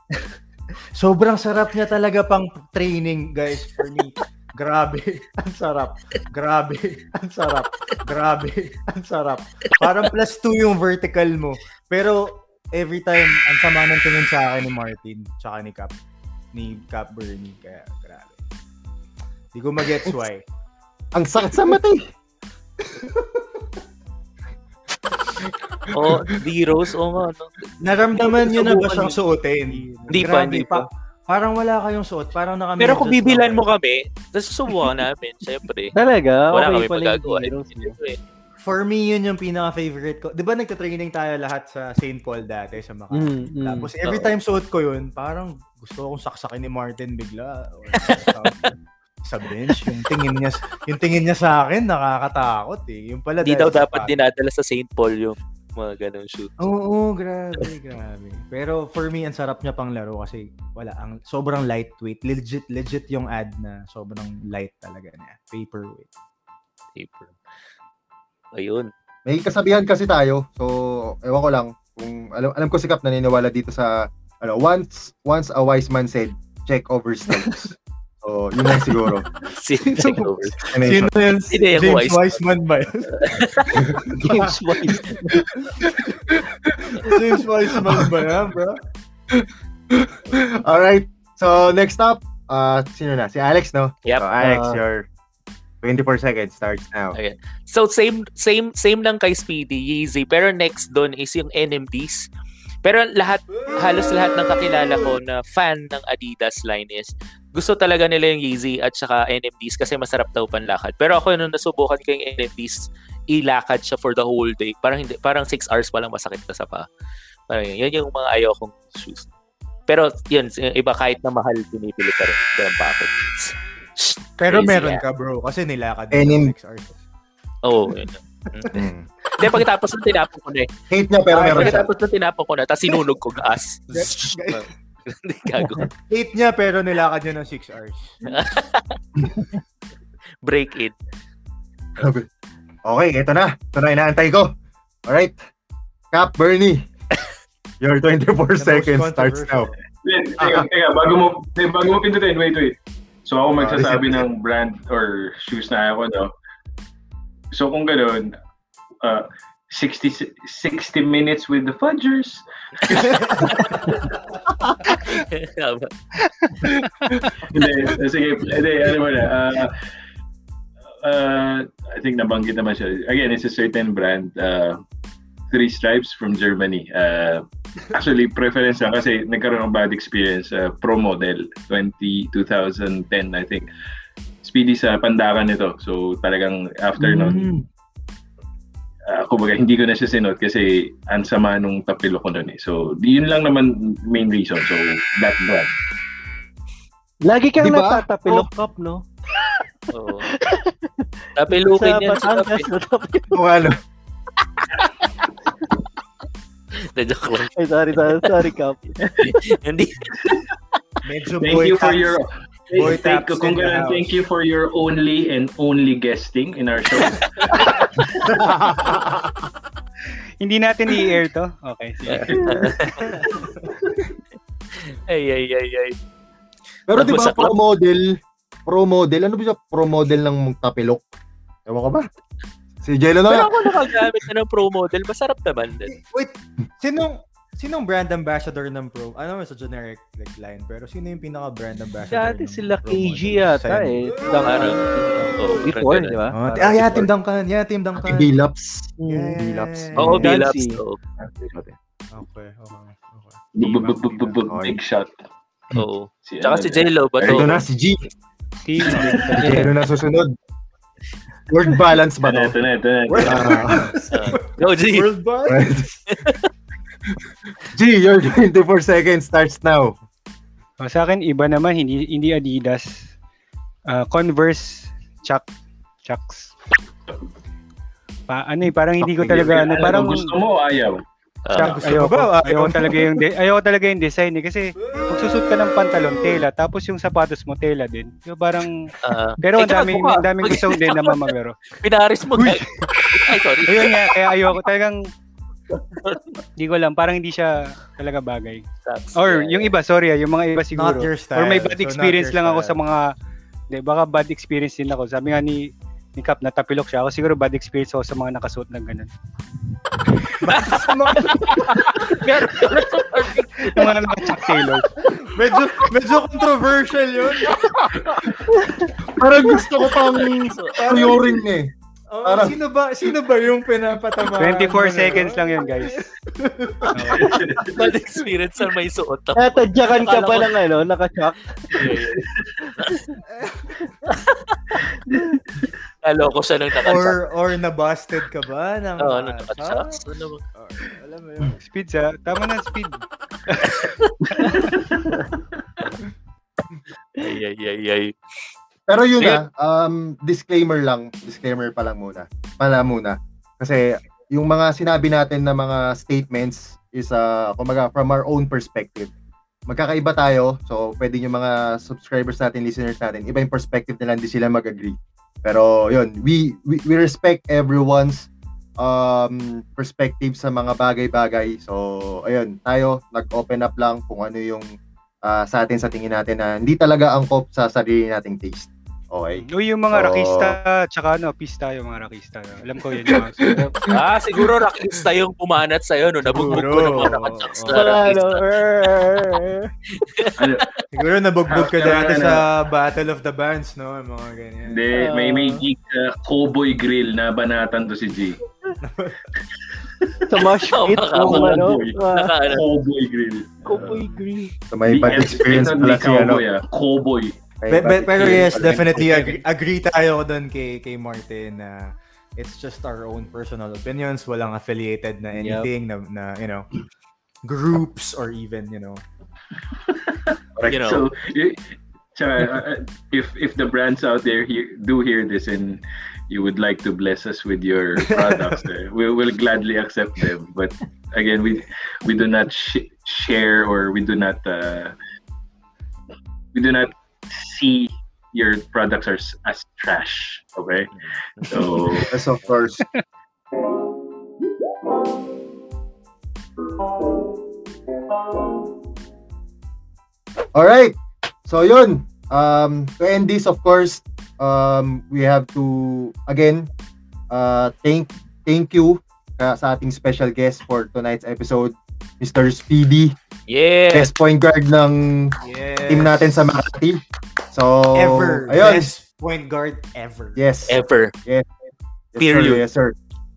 E: sobrang sarap niya talaga pang training, guys, for me. Grabe, ang sarap. Grabe, ang sarap. Grabe, ang sarap. Parang plus two yung vertical mo. Pero every time, ang sama ng tingin sa akin ni Martin, tsaka ni Cap, ni Cap Bernie. Kaya, grabe. Hindi ko magets why.
A: Ang sakit sa mata eh.
D: Oo, D-Rose. Oo Oh, nga. no?
E: Naramdaman nyo na ba siyang suotin?
D: Hindi pa, hindi pa.
E: parang wala kayong suot. Parang naka
D: Pero kung bibilan mo kami, nasusubukan namin, syempre.
B: Talaga?
D: Wala
B: okay
D: kami
B: pala
D: magagawa.
B: yung Yeezy. no?
E: For me, yun yung pinaka-favorite ko. Di ba nagtatraining tayo lahat sa St. Paul dati sa Makati?
B: Mm, mm.
E: Tapos every
D: Oo.
E: time suot ko yun, parang gusto akong saksakin ni Martin bigla. Or sa bench, yung tingin niya, yung tingin niya sa akin, nakakatakot eh. Yung pala
D: Hindi
E: dahil
D: daw
E: sa
D: dapat
E: pa-
D: dinadala sa St. Paul yung mga ganong shoot.
E: Oo, oo, grabe, grabe. Pero for me, ang sarap niya pang laro kasi wala, ang sobrang lightweight. Legit, legit yung ad na sobrang light talaga niya. Paperweight.
D: April. Ayun.
A: May kasabihan kasi tayo. So, ewan ko lang. Kung, alam, alam ko si Cap naniniwala dito sa, ano, once, once a wise man said, check over snakes. so, yun lang siguro.
D: Si take over.
A: Ano yun?
E: yun?
D: Sino yung
E: James
D: Wiseman?
E: Wiseman ba yun?
B: James White.
E: James Wiseman ba yan, bro?
A: Alright. So, next up, uh, sino na? Si Alex, no?
D: Yep.
A: So, Alex,
E: Ah.
A: your 24 seconds starts now.
D: Okay. So same same same lang kay Speedy, Yeezy. Pero next doon is yung NMDs. Pero lahat halos lahat ng kakilala ko na fan ng Adidas line is gusto talaga nila yung Yeezy at saka NMDs kasi masarap daw panlakad. Pero ako nung nasubukan ko yung NMDs, ilakad siya for the whole day. Parang hindi parang 6 hours pa lang masakit na sa paa. Parang yun, yun yung mga ayaw kong shoes. Pero yun, yung iba kahit na mahal, pinipili pa rin. Ganun pa ako.
E: Pero
D: Crazy,
E: meron
D: yeah.
E: ka, bro. Kasi nilakad
A: Enim.
E: six hours.
D: Oo, oh, yun.
A: Mm.
D: Hindi, pagkatapos nung tinapon ko na eh.
A: Hate niya pero
E: Ay,
A: meron siya.
D: Pagkatapos nung tinapon ko na, tapos sinunog ko gas.
E: Guys,
D: Hindi gago.
E: Hate niya, pero nilakad niya ng 6 hours.
D: Break it.
A: Grabe. Okay, ito na. Ito na inaantay ko. Alright. Cap Bernie. Your 24
E: The most
A: seconds starts now.
E: controversial.
C: Wait,
D: Ah.
C: Teka, teka, bago mo, eh, bago mo pindutin, wait, wait. So ako magsasabi
A: Ah,
C: ng brand or shoes na ako, no? So kung ganun, ah, 60, 60 minutes with the Fudgers.
D: Tama.
C: Hindi, sige, hindi, ano mo na. Uh, uh, I think nabanggit naman siya. Again, it's a certain brand. Uh, Three Stripes from Germany. Uh, actually, preference lang kasi nagkaroon ng bad experience. Uh, pro model, 20, 2010, I think. Speedy sa pandakan nito. So, talagang after nun, uh, kumbaga, hindi ko na siya sinot kasi ang sama nung tapilo ko nun eh. So, yun lang naman main reason. So, that brand.
B: Lagi kang
A: Diba?
D: Oh.
B: natatapilok up, no?
D: Oo. Tapilukin yan sa
B: Sa Batangas, natapilok.
E: Kung ano.
D: The joke lang.
B: Ay, sorry, sorry, sorry, Kap.
D: Hindi.
E: Medyo
C: Thank
E: boy
C: you for
E: taps.
C: your
E: Boy
C: thank,
E: taps in
C: kung
E: the
C: ganun,
E: house.
C: thank you for your only and only guesting in our show.
F: Hindi natin i-air to. Okay. sige.
D: Ay, ay, ay, ay.
A: Pero di ba
D: Nagbusak
A: pro
D: lang.
A: model, pro model, ano ba siya pro model ng Tapilok? Ewan ko ba? Si Jello
D: Pero
A: na.
D: ako nakagamit na ng pro model. Masarap naman din.
E: Wait, sinong sinong brand ambassador ng pro? Ano man sa generic like, line, pero sino yung pinaka brand ambassador?
B: Dati
E: ng
B: sila
E: pro
B: KG
E: model?
B: yata
E: Sa'yo?
B: eh. Dangkan.
D: Parang,
A: Ah,
D: ano. oo,
B: Before,
D: ganun.
B: di ba?
E: Oh, ah, yeah, Team Duncan. Yeah, Team
A: Si
E: Duncan.
A: Bilaps.
E: Yeah.
A: Bilaps.
D: Oo,
E: Yeah.
D: Bilaps.
B: Nancy.
D: Oo.
E: Okay, okay. okay.
C: Big shot.
D: Oo.
C: Si, ano
D: Tsaka si Jello ba to?
A: Ito na si G.
F: Team
A: Si Jello na susunod. Word balance ba
C: Ano,
A: to?
C: ito na, ito na.
E: Word-
A: Ah.
D: Go, G.
E: World Bar?
A: G, your 24 seconds starts now.
F: Oh, sa akin, iba naman, hindi, hindi Adidas. Ah, Converse, Chuck, Chucks. Pa, ano eh, parang hindi ko talaga, ano, parang,
C: gusto mo o ayaw?
D: Ah,
E: Gusto mo
F: ayoko,
E: ba? Ayaw
F: ayoko
E: mo?
F: talaga yung, de- ayoko talaga yung design eh, kasi magsusot ka ng pantalon, tela, tapos yung sapatos mo, tela din. Yung parang,
D: ah.
F: pero ang
D: Ikaw, ako
F: daming,
D: ka.
F: ang daming gusto din na mamamero.
D: Pinaris mo. gag. Ay, sorry.
F: Ayun nga, kaya ayoko talagang, hindi ko alam, parang hindi siya talaga bagay.
D: Sucks.
F: Or yung iba, sorry ah, yung mga iba siguro.
E: Not your style.
F: Or may
E: So,
F: bad
E: not
F: experience
E: your
F: lang ako sa
E: style.
F: mga hindi, baka bad experience din ako. Sabi nga ni ni Cap natapilok siya. Ako siguro bad experience ako sa mga nakasuot ng ganun.
D: Meron-
F: Yung mga naka-Chuck Taylor.
E: medyo, medyo controversial yun.
A: Parang gusto ko pang yorin eh.
E: Oh,
A: Parang-
E: sino ba sino ba yung pinapatama?
F: 24 seconds lang yun, guys.
D: Bad experience sa may suot. ako.
B: Natadyakan ka pa ng ano, naka-chuck.
D: Lalo ko siya nang nakasak.
E: Or or nabasted ka ba? ng
D: Oo,
E: mga
D: nang
E: shots?
D: nakasak. Ano ba?
E: Or, alam mo yun.
F: Speed sa, tama na speed.
D: Ay, ay, ay, ay.
A: Pero yun
D: Ayun.
A: na, um, disclaimer lang. Disclaimer pa lang muna. Pala muna. Kasi yung mga sinabi natin na mga statements is uh, kumaga from our own perspective. Magkakaiba tayo, so pwede yung mga subscribers natin, listeners natin, iba yung perspective nila, hindi sila mag-agree. Pero yun, we, we, we respect everyone's um, perspective sa mga bagay-bagay. So, ayun, tayo, nag-open up lang kung ano yung ah, sa atin, sa tingin natin na hindi talaga angkop sa sarili nating taste. Okay.
F: Uy, yung mga
A: Oh.
F: rakista, tsaka ano, pista yung mga rakista. Alam ko yun. Yung mga suot.
D: Ah, siguro rakista yung pumanat sa'yo no? Nabugbog ko ng mga
E: Siguro.
D: nakachaks na
B: Para ano,
D: rakista.
B: err.
C: Ano?
E: Siguro nabugbog ka
C: Ah, tama
E: dati
C: na.
E: sa Battle of the Bands, no? Yung mga ganyan.
C: Hindi, may may gig sa Cowboy Grill na banatan to si G.
B: Sa mosh
D: Tama
B: pit,
D: ka,
B: yung
C: mga
B: ano,
C: boy.
B: mga
D: Naka, ano,
C: Cowboy Grill.
B: kupoy green.
A: So, may bad
C: Yes,
A: experience
C: it's
A: pala
C: only
A: si ano.
C: Cowboy, ah. Cowboy.
A: may
E: Pe-
A: bad
E: pe- pero
A: experience
E: yes,
A: pala.
E: definitely agree, agree tayo doon kay, kay Martin na it's just our own personal opinions, walang affiliated na anything na, na, you know, groups or even, you know.
D: you know.
C: So, y- tsaka, uh, uh, if if the brands out there hear, do hear this and you would like to bless us with your products, eh, we will gladly accept them. But again, we we do not sh- share or we do not uh, we do not see your products are s- as trash. Okay,
D: Mm-hmm.
C: so
A: Yes, of course. Alright. So yun. Um, to end this, of course, um, we have to again uh, thank thank you ka- sa ating special guest for tonight's episode, Mr. Speedy,
D: Yeah.
A: best point guard ng
E: Yes.
A: team natin sa Makati. So,
E: Ever.
A: Oh, ayun.
E: Best point guard ever.
A: Yes.
D: Ever.
A: Yes,
D: Period.
A: Sir. Yes, sir.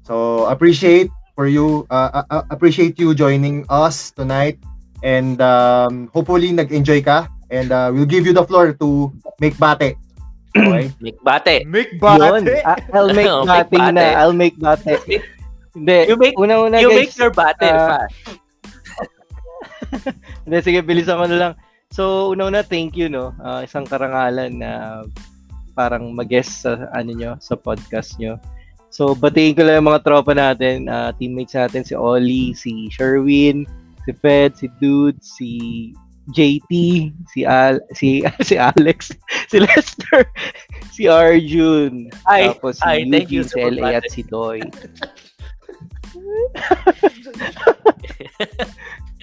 A: So, appreciate for you, uh, uh, uh, appreciate you joining us tonight and um, hopefully nag-enjoy ka and uh, we'll give you the floor to make bate. Okay?
D: Nick Bate.
E: Make
B: Yun.
E: bate.
B: I- I'll make
D: Oh, make
B: nothing na.
D: bate.
B: I'll make nothing. Hindi.
D: You make-
B: Una-una,
D: You
B: guys.
D: make your bate
B: uh,
D: fast.
B: Hindi, sige, bilisan ko na lang. So, una-una, thank you, no? Ah, isang karangalan na parang mag-guest sa, ano nyo, sa podcast nyo. So, batiin ko lang yung mga tropa natin, ah, teammates natin, si Ollie, si Sherwin, si Fed, si Dude, si JT, si Al, si si Alex, si Lester, si Arjun,
D: Ay,
B: tapos si
D: ay, thank you,
B: Eugene, si
D: super
B: LA at
D: bate.
B: si Doy.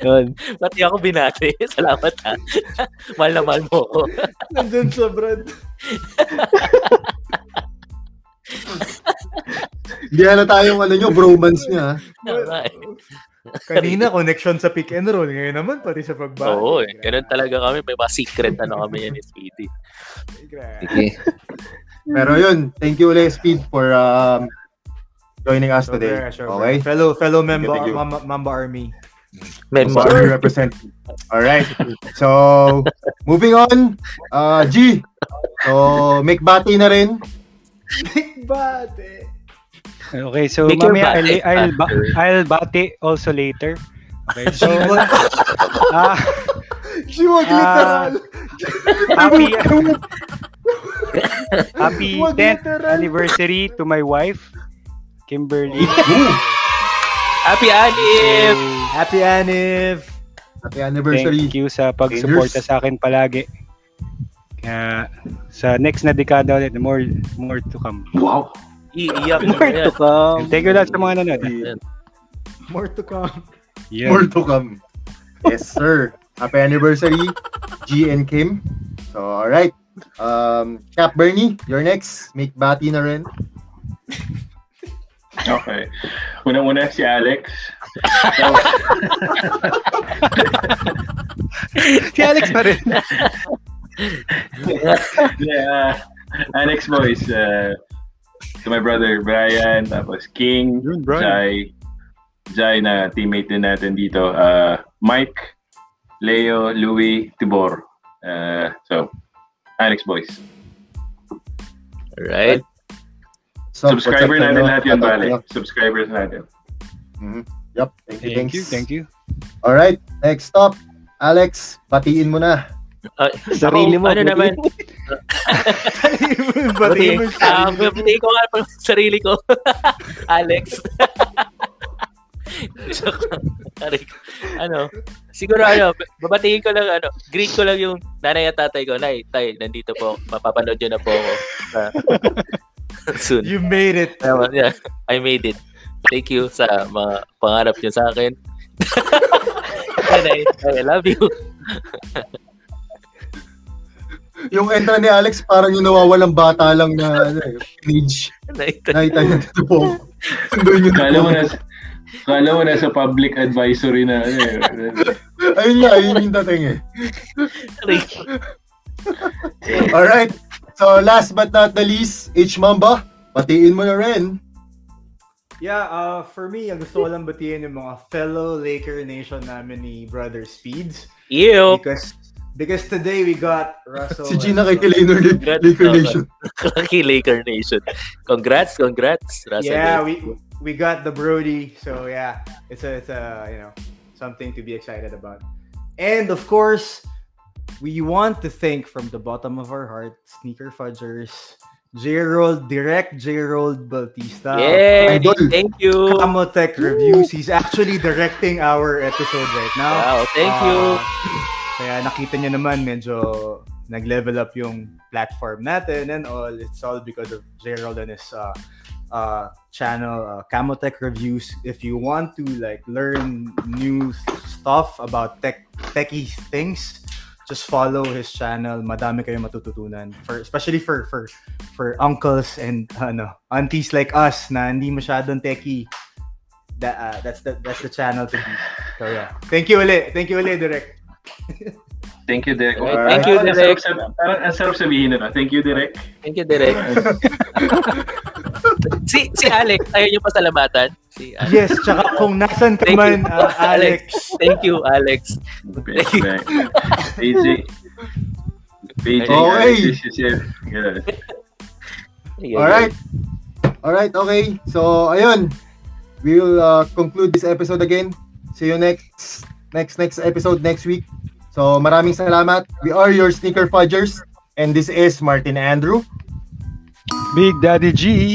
B: Yun.
D: Pati ako binate. Salamat ha. mahal na mahal mo ako.
E: Nandun sa brand.
A: Hindi na tayong ano nyo, bromance niya.
D: Tama eh.
E: Kanina, connection sa pick and roll. Ngayon naman, pati sa pagbaba.
D: Oo, eh. ganun talaga kami. May mga secret ano kami yan ni Speedy.
G: Sige.
A: Pero yun, thank you ulit, Speed, for um, joining us today. Okay?
E: Fellow fellow
A: Thank you,
E: member
A: thank you.
E: Mamba, Mamba Army.
A: So, we represent. All right. So, moving on. Uh, G. So, make bati na rin.
E: Bate.
F: Okay, so
D: Make your
F: mamaya I'll,
D: bate
F: I'll, ba-
D: faster.
F: I'll bate also later. Okay, so ah,
E: She wag
F: Ah.
E: literal.
F: happy happy
E: Wag
F: 10th
E: literal.
F: anniversary to my wife, Kimberly.
D: Happy Anip!
E: Happy Anif.
A: Happy anniversary.
F: Thank you sa pagsuporta
A: Cheers.
F: sa akin palagi. Kaya sa next na dekada ulit, more more to come.
C: Wow.
D: Iiyak mo
B: More to
D: yan.
B: come.
F: And thank you lahat sa mga nanonood.
E: More to come.
F: Yeah.
A: More to come. Yes, sir. Happy anniversary, G and Kim. So, all right. Um, Cap Bernie, you're next. Make bati na rin.
C: Okay. Unang-una si Alex.
F: si Alex pa rin.
C: yeah. Alex boys. Uh, to my brother Brian. Tapos King.
F: Yun,
C: Jai. Jai na teammate din natin dito. Uh, Mike. Leo. Louie. Tibor. Uh, so, Alex boys.
D: Alright.
A: So,
C: Subscriber
A: what's up,
C: natin
A: ano?
C: lahat yun,
A: Ano?
C: bale. Subscribers natin.
A: Yup. Thank you,
F: Thank
A: thanks.
F: you, thank you.
A: All right. Next up, Alex, batiin mo na.
B: Sarili mo.
D: Ano
B: buti.
D: naman?
E: Bati mo siya.
D: Ah, Pati ko nga pang sarili ko. Alex. Joke lang. Aray ko. ano, siguro ano, babatingin ko lang, ano, greet ko lang yung nanay at tatay ko. Nay, tay, nandito po. ako. Mapapanood yun na po ako. sa- soon.
E: You made it.
D: Tama, yeah. I made it. Thank you sa mga pangarap niyo sa akin. And I, I love you.
A: Yung entra ni Alex, parang yung nawawalang bata lang na ano, eh, page.
D: And I,
A: Nakita niyo dito po. Sunduin niyo
C: Kala
A: dito.
C: mo na Kala mo na sa public advisory na ano eh.
A: Ayun nga, ayun yung dating eh.
D: Aray.
A: Alright. So, last but not the least, H. Mamba, batiin mo na rin.
E: Yeah, uh, for me, ang gusto ko lang batiin yung mga fellow Laker Nation namin ni Brother Speeds.
D: Ew.
E: Because because today we got Russell.
A: Si Gina kay
E: Westbrook.
A: Kilaynor Laker Nation.
D: Lucky Laker Nation. Congrats, congrats. Russell.
E: Yeah, we we got the Brody. So yeah, it's a it's a you know something to be excited about. And of course, we want to thank from the bottom of our heart, sneaker fudgers, Gerald, direct Gerald Bautista.
D: Yay!
A: Idol.
D: Thank you.
E: Kamotech Reviews. He's actually directing our episode right now.
D: Wow, thank you.
E: Ah, kaya nakita niyo naman, medyo nag-level up yung platform natin and all. It's all because of Gerald and his uh, uh, channel, uh, Camotech Reviews. If you want to like learn new stuff about tech techie things, just follow his channel. Madami kayong matututunan. For, especially for for for uncles and ano, aunties like us na hindi masyadong techie that uh, that's the that's the channel to be. So yeah. Thank you ulit. Thank you ulit, Direk.
C: Thank you, Direk.
D: Alright. Thank you,
C: Parang ang
D: Direk.
C: sarap sab- Parang ang sarap sabihin na. Thank you, Direk.
D: Thank you, Direk. si si Alex, ayaw niyo pasalamatan? Si Alex.
E: Yes, tsaka kung nasan ka man, uh, Alex.
D: Thank you, Alex. Thank you.
C: Beijing. Beijing. Beijing.
A: Okay.
C: This is it. Yeah.
A: Alright. Alright, okay. So, ayun. We will uh, conclude this episode again. See you next next next episode next week. So, maraming salamat. We are your sneaker fudgers and this is Martin Andrew.
F: Big Daddy G. E.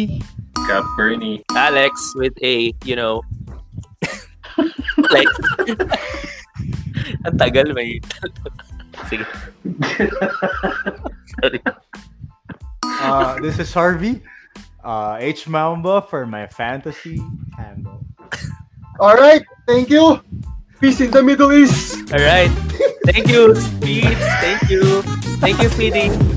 C: Cap Bernie.
D: Alex with a, you know, like, ang tagal may, sige, sorry.
E: Uh, this is Harvey. Uh, H Mamba for my fantasy handle.
A: Alright, thank you. Peace in the Middle East.
D: Alright. Thank you, Speeds. Thank you. Thank you, PD.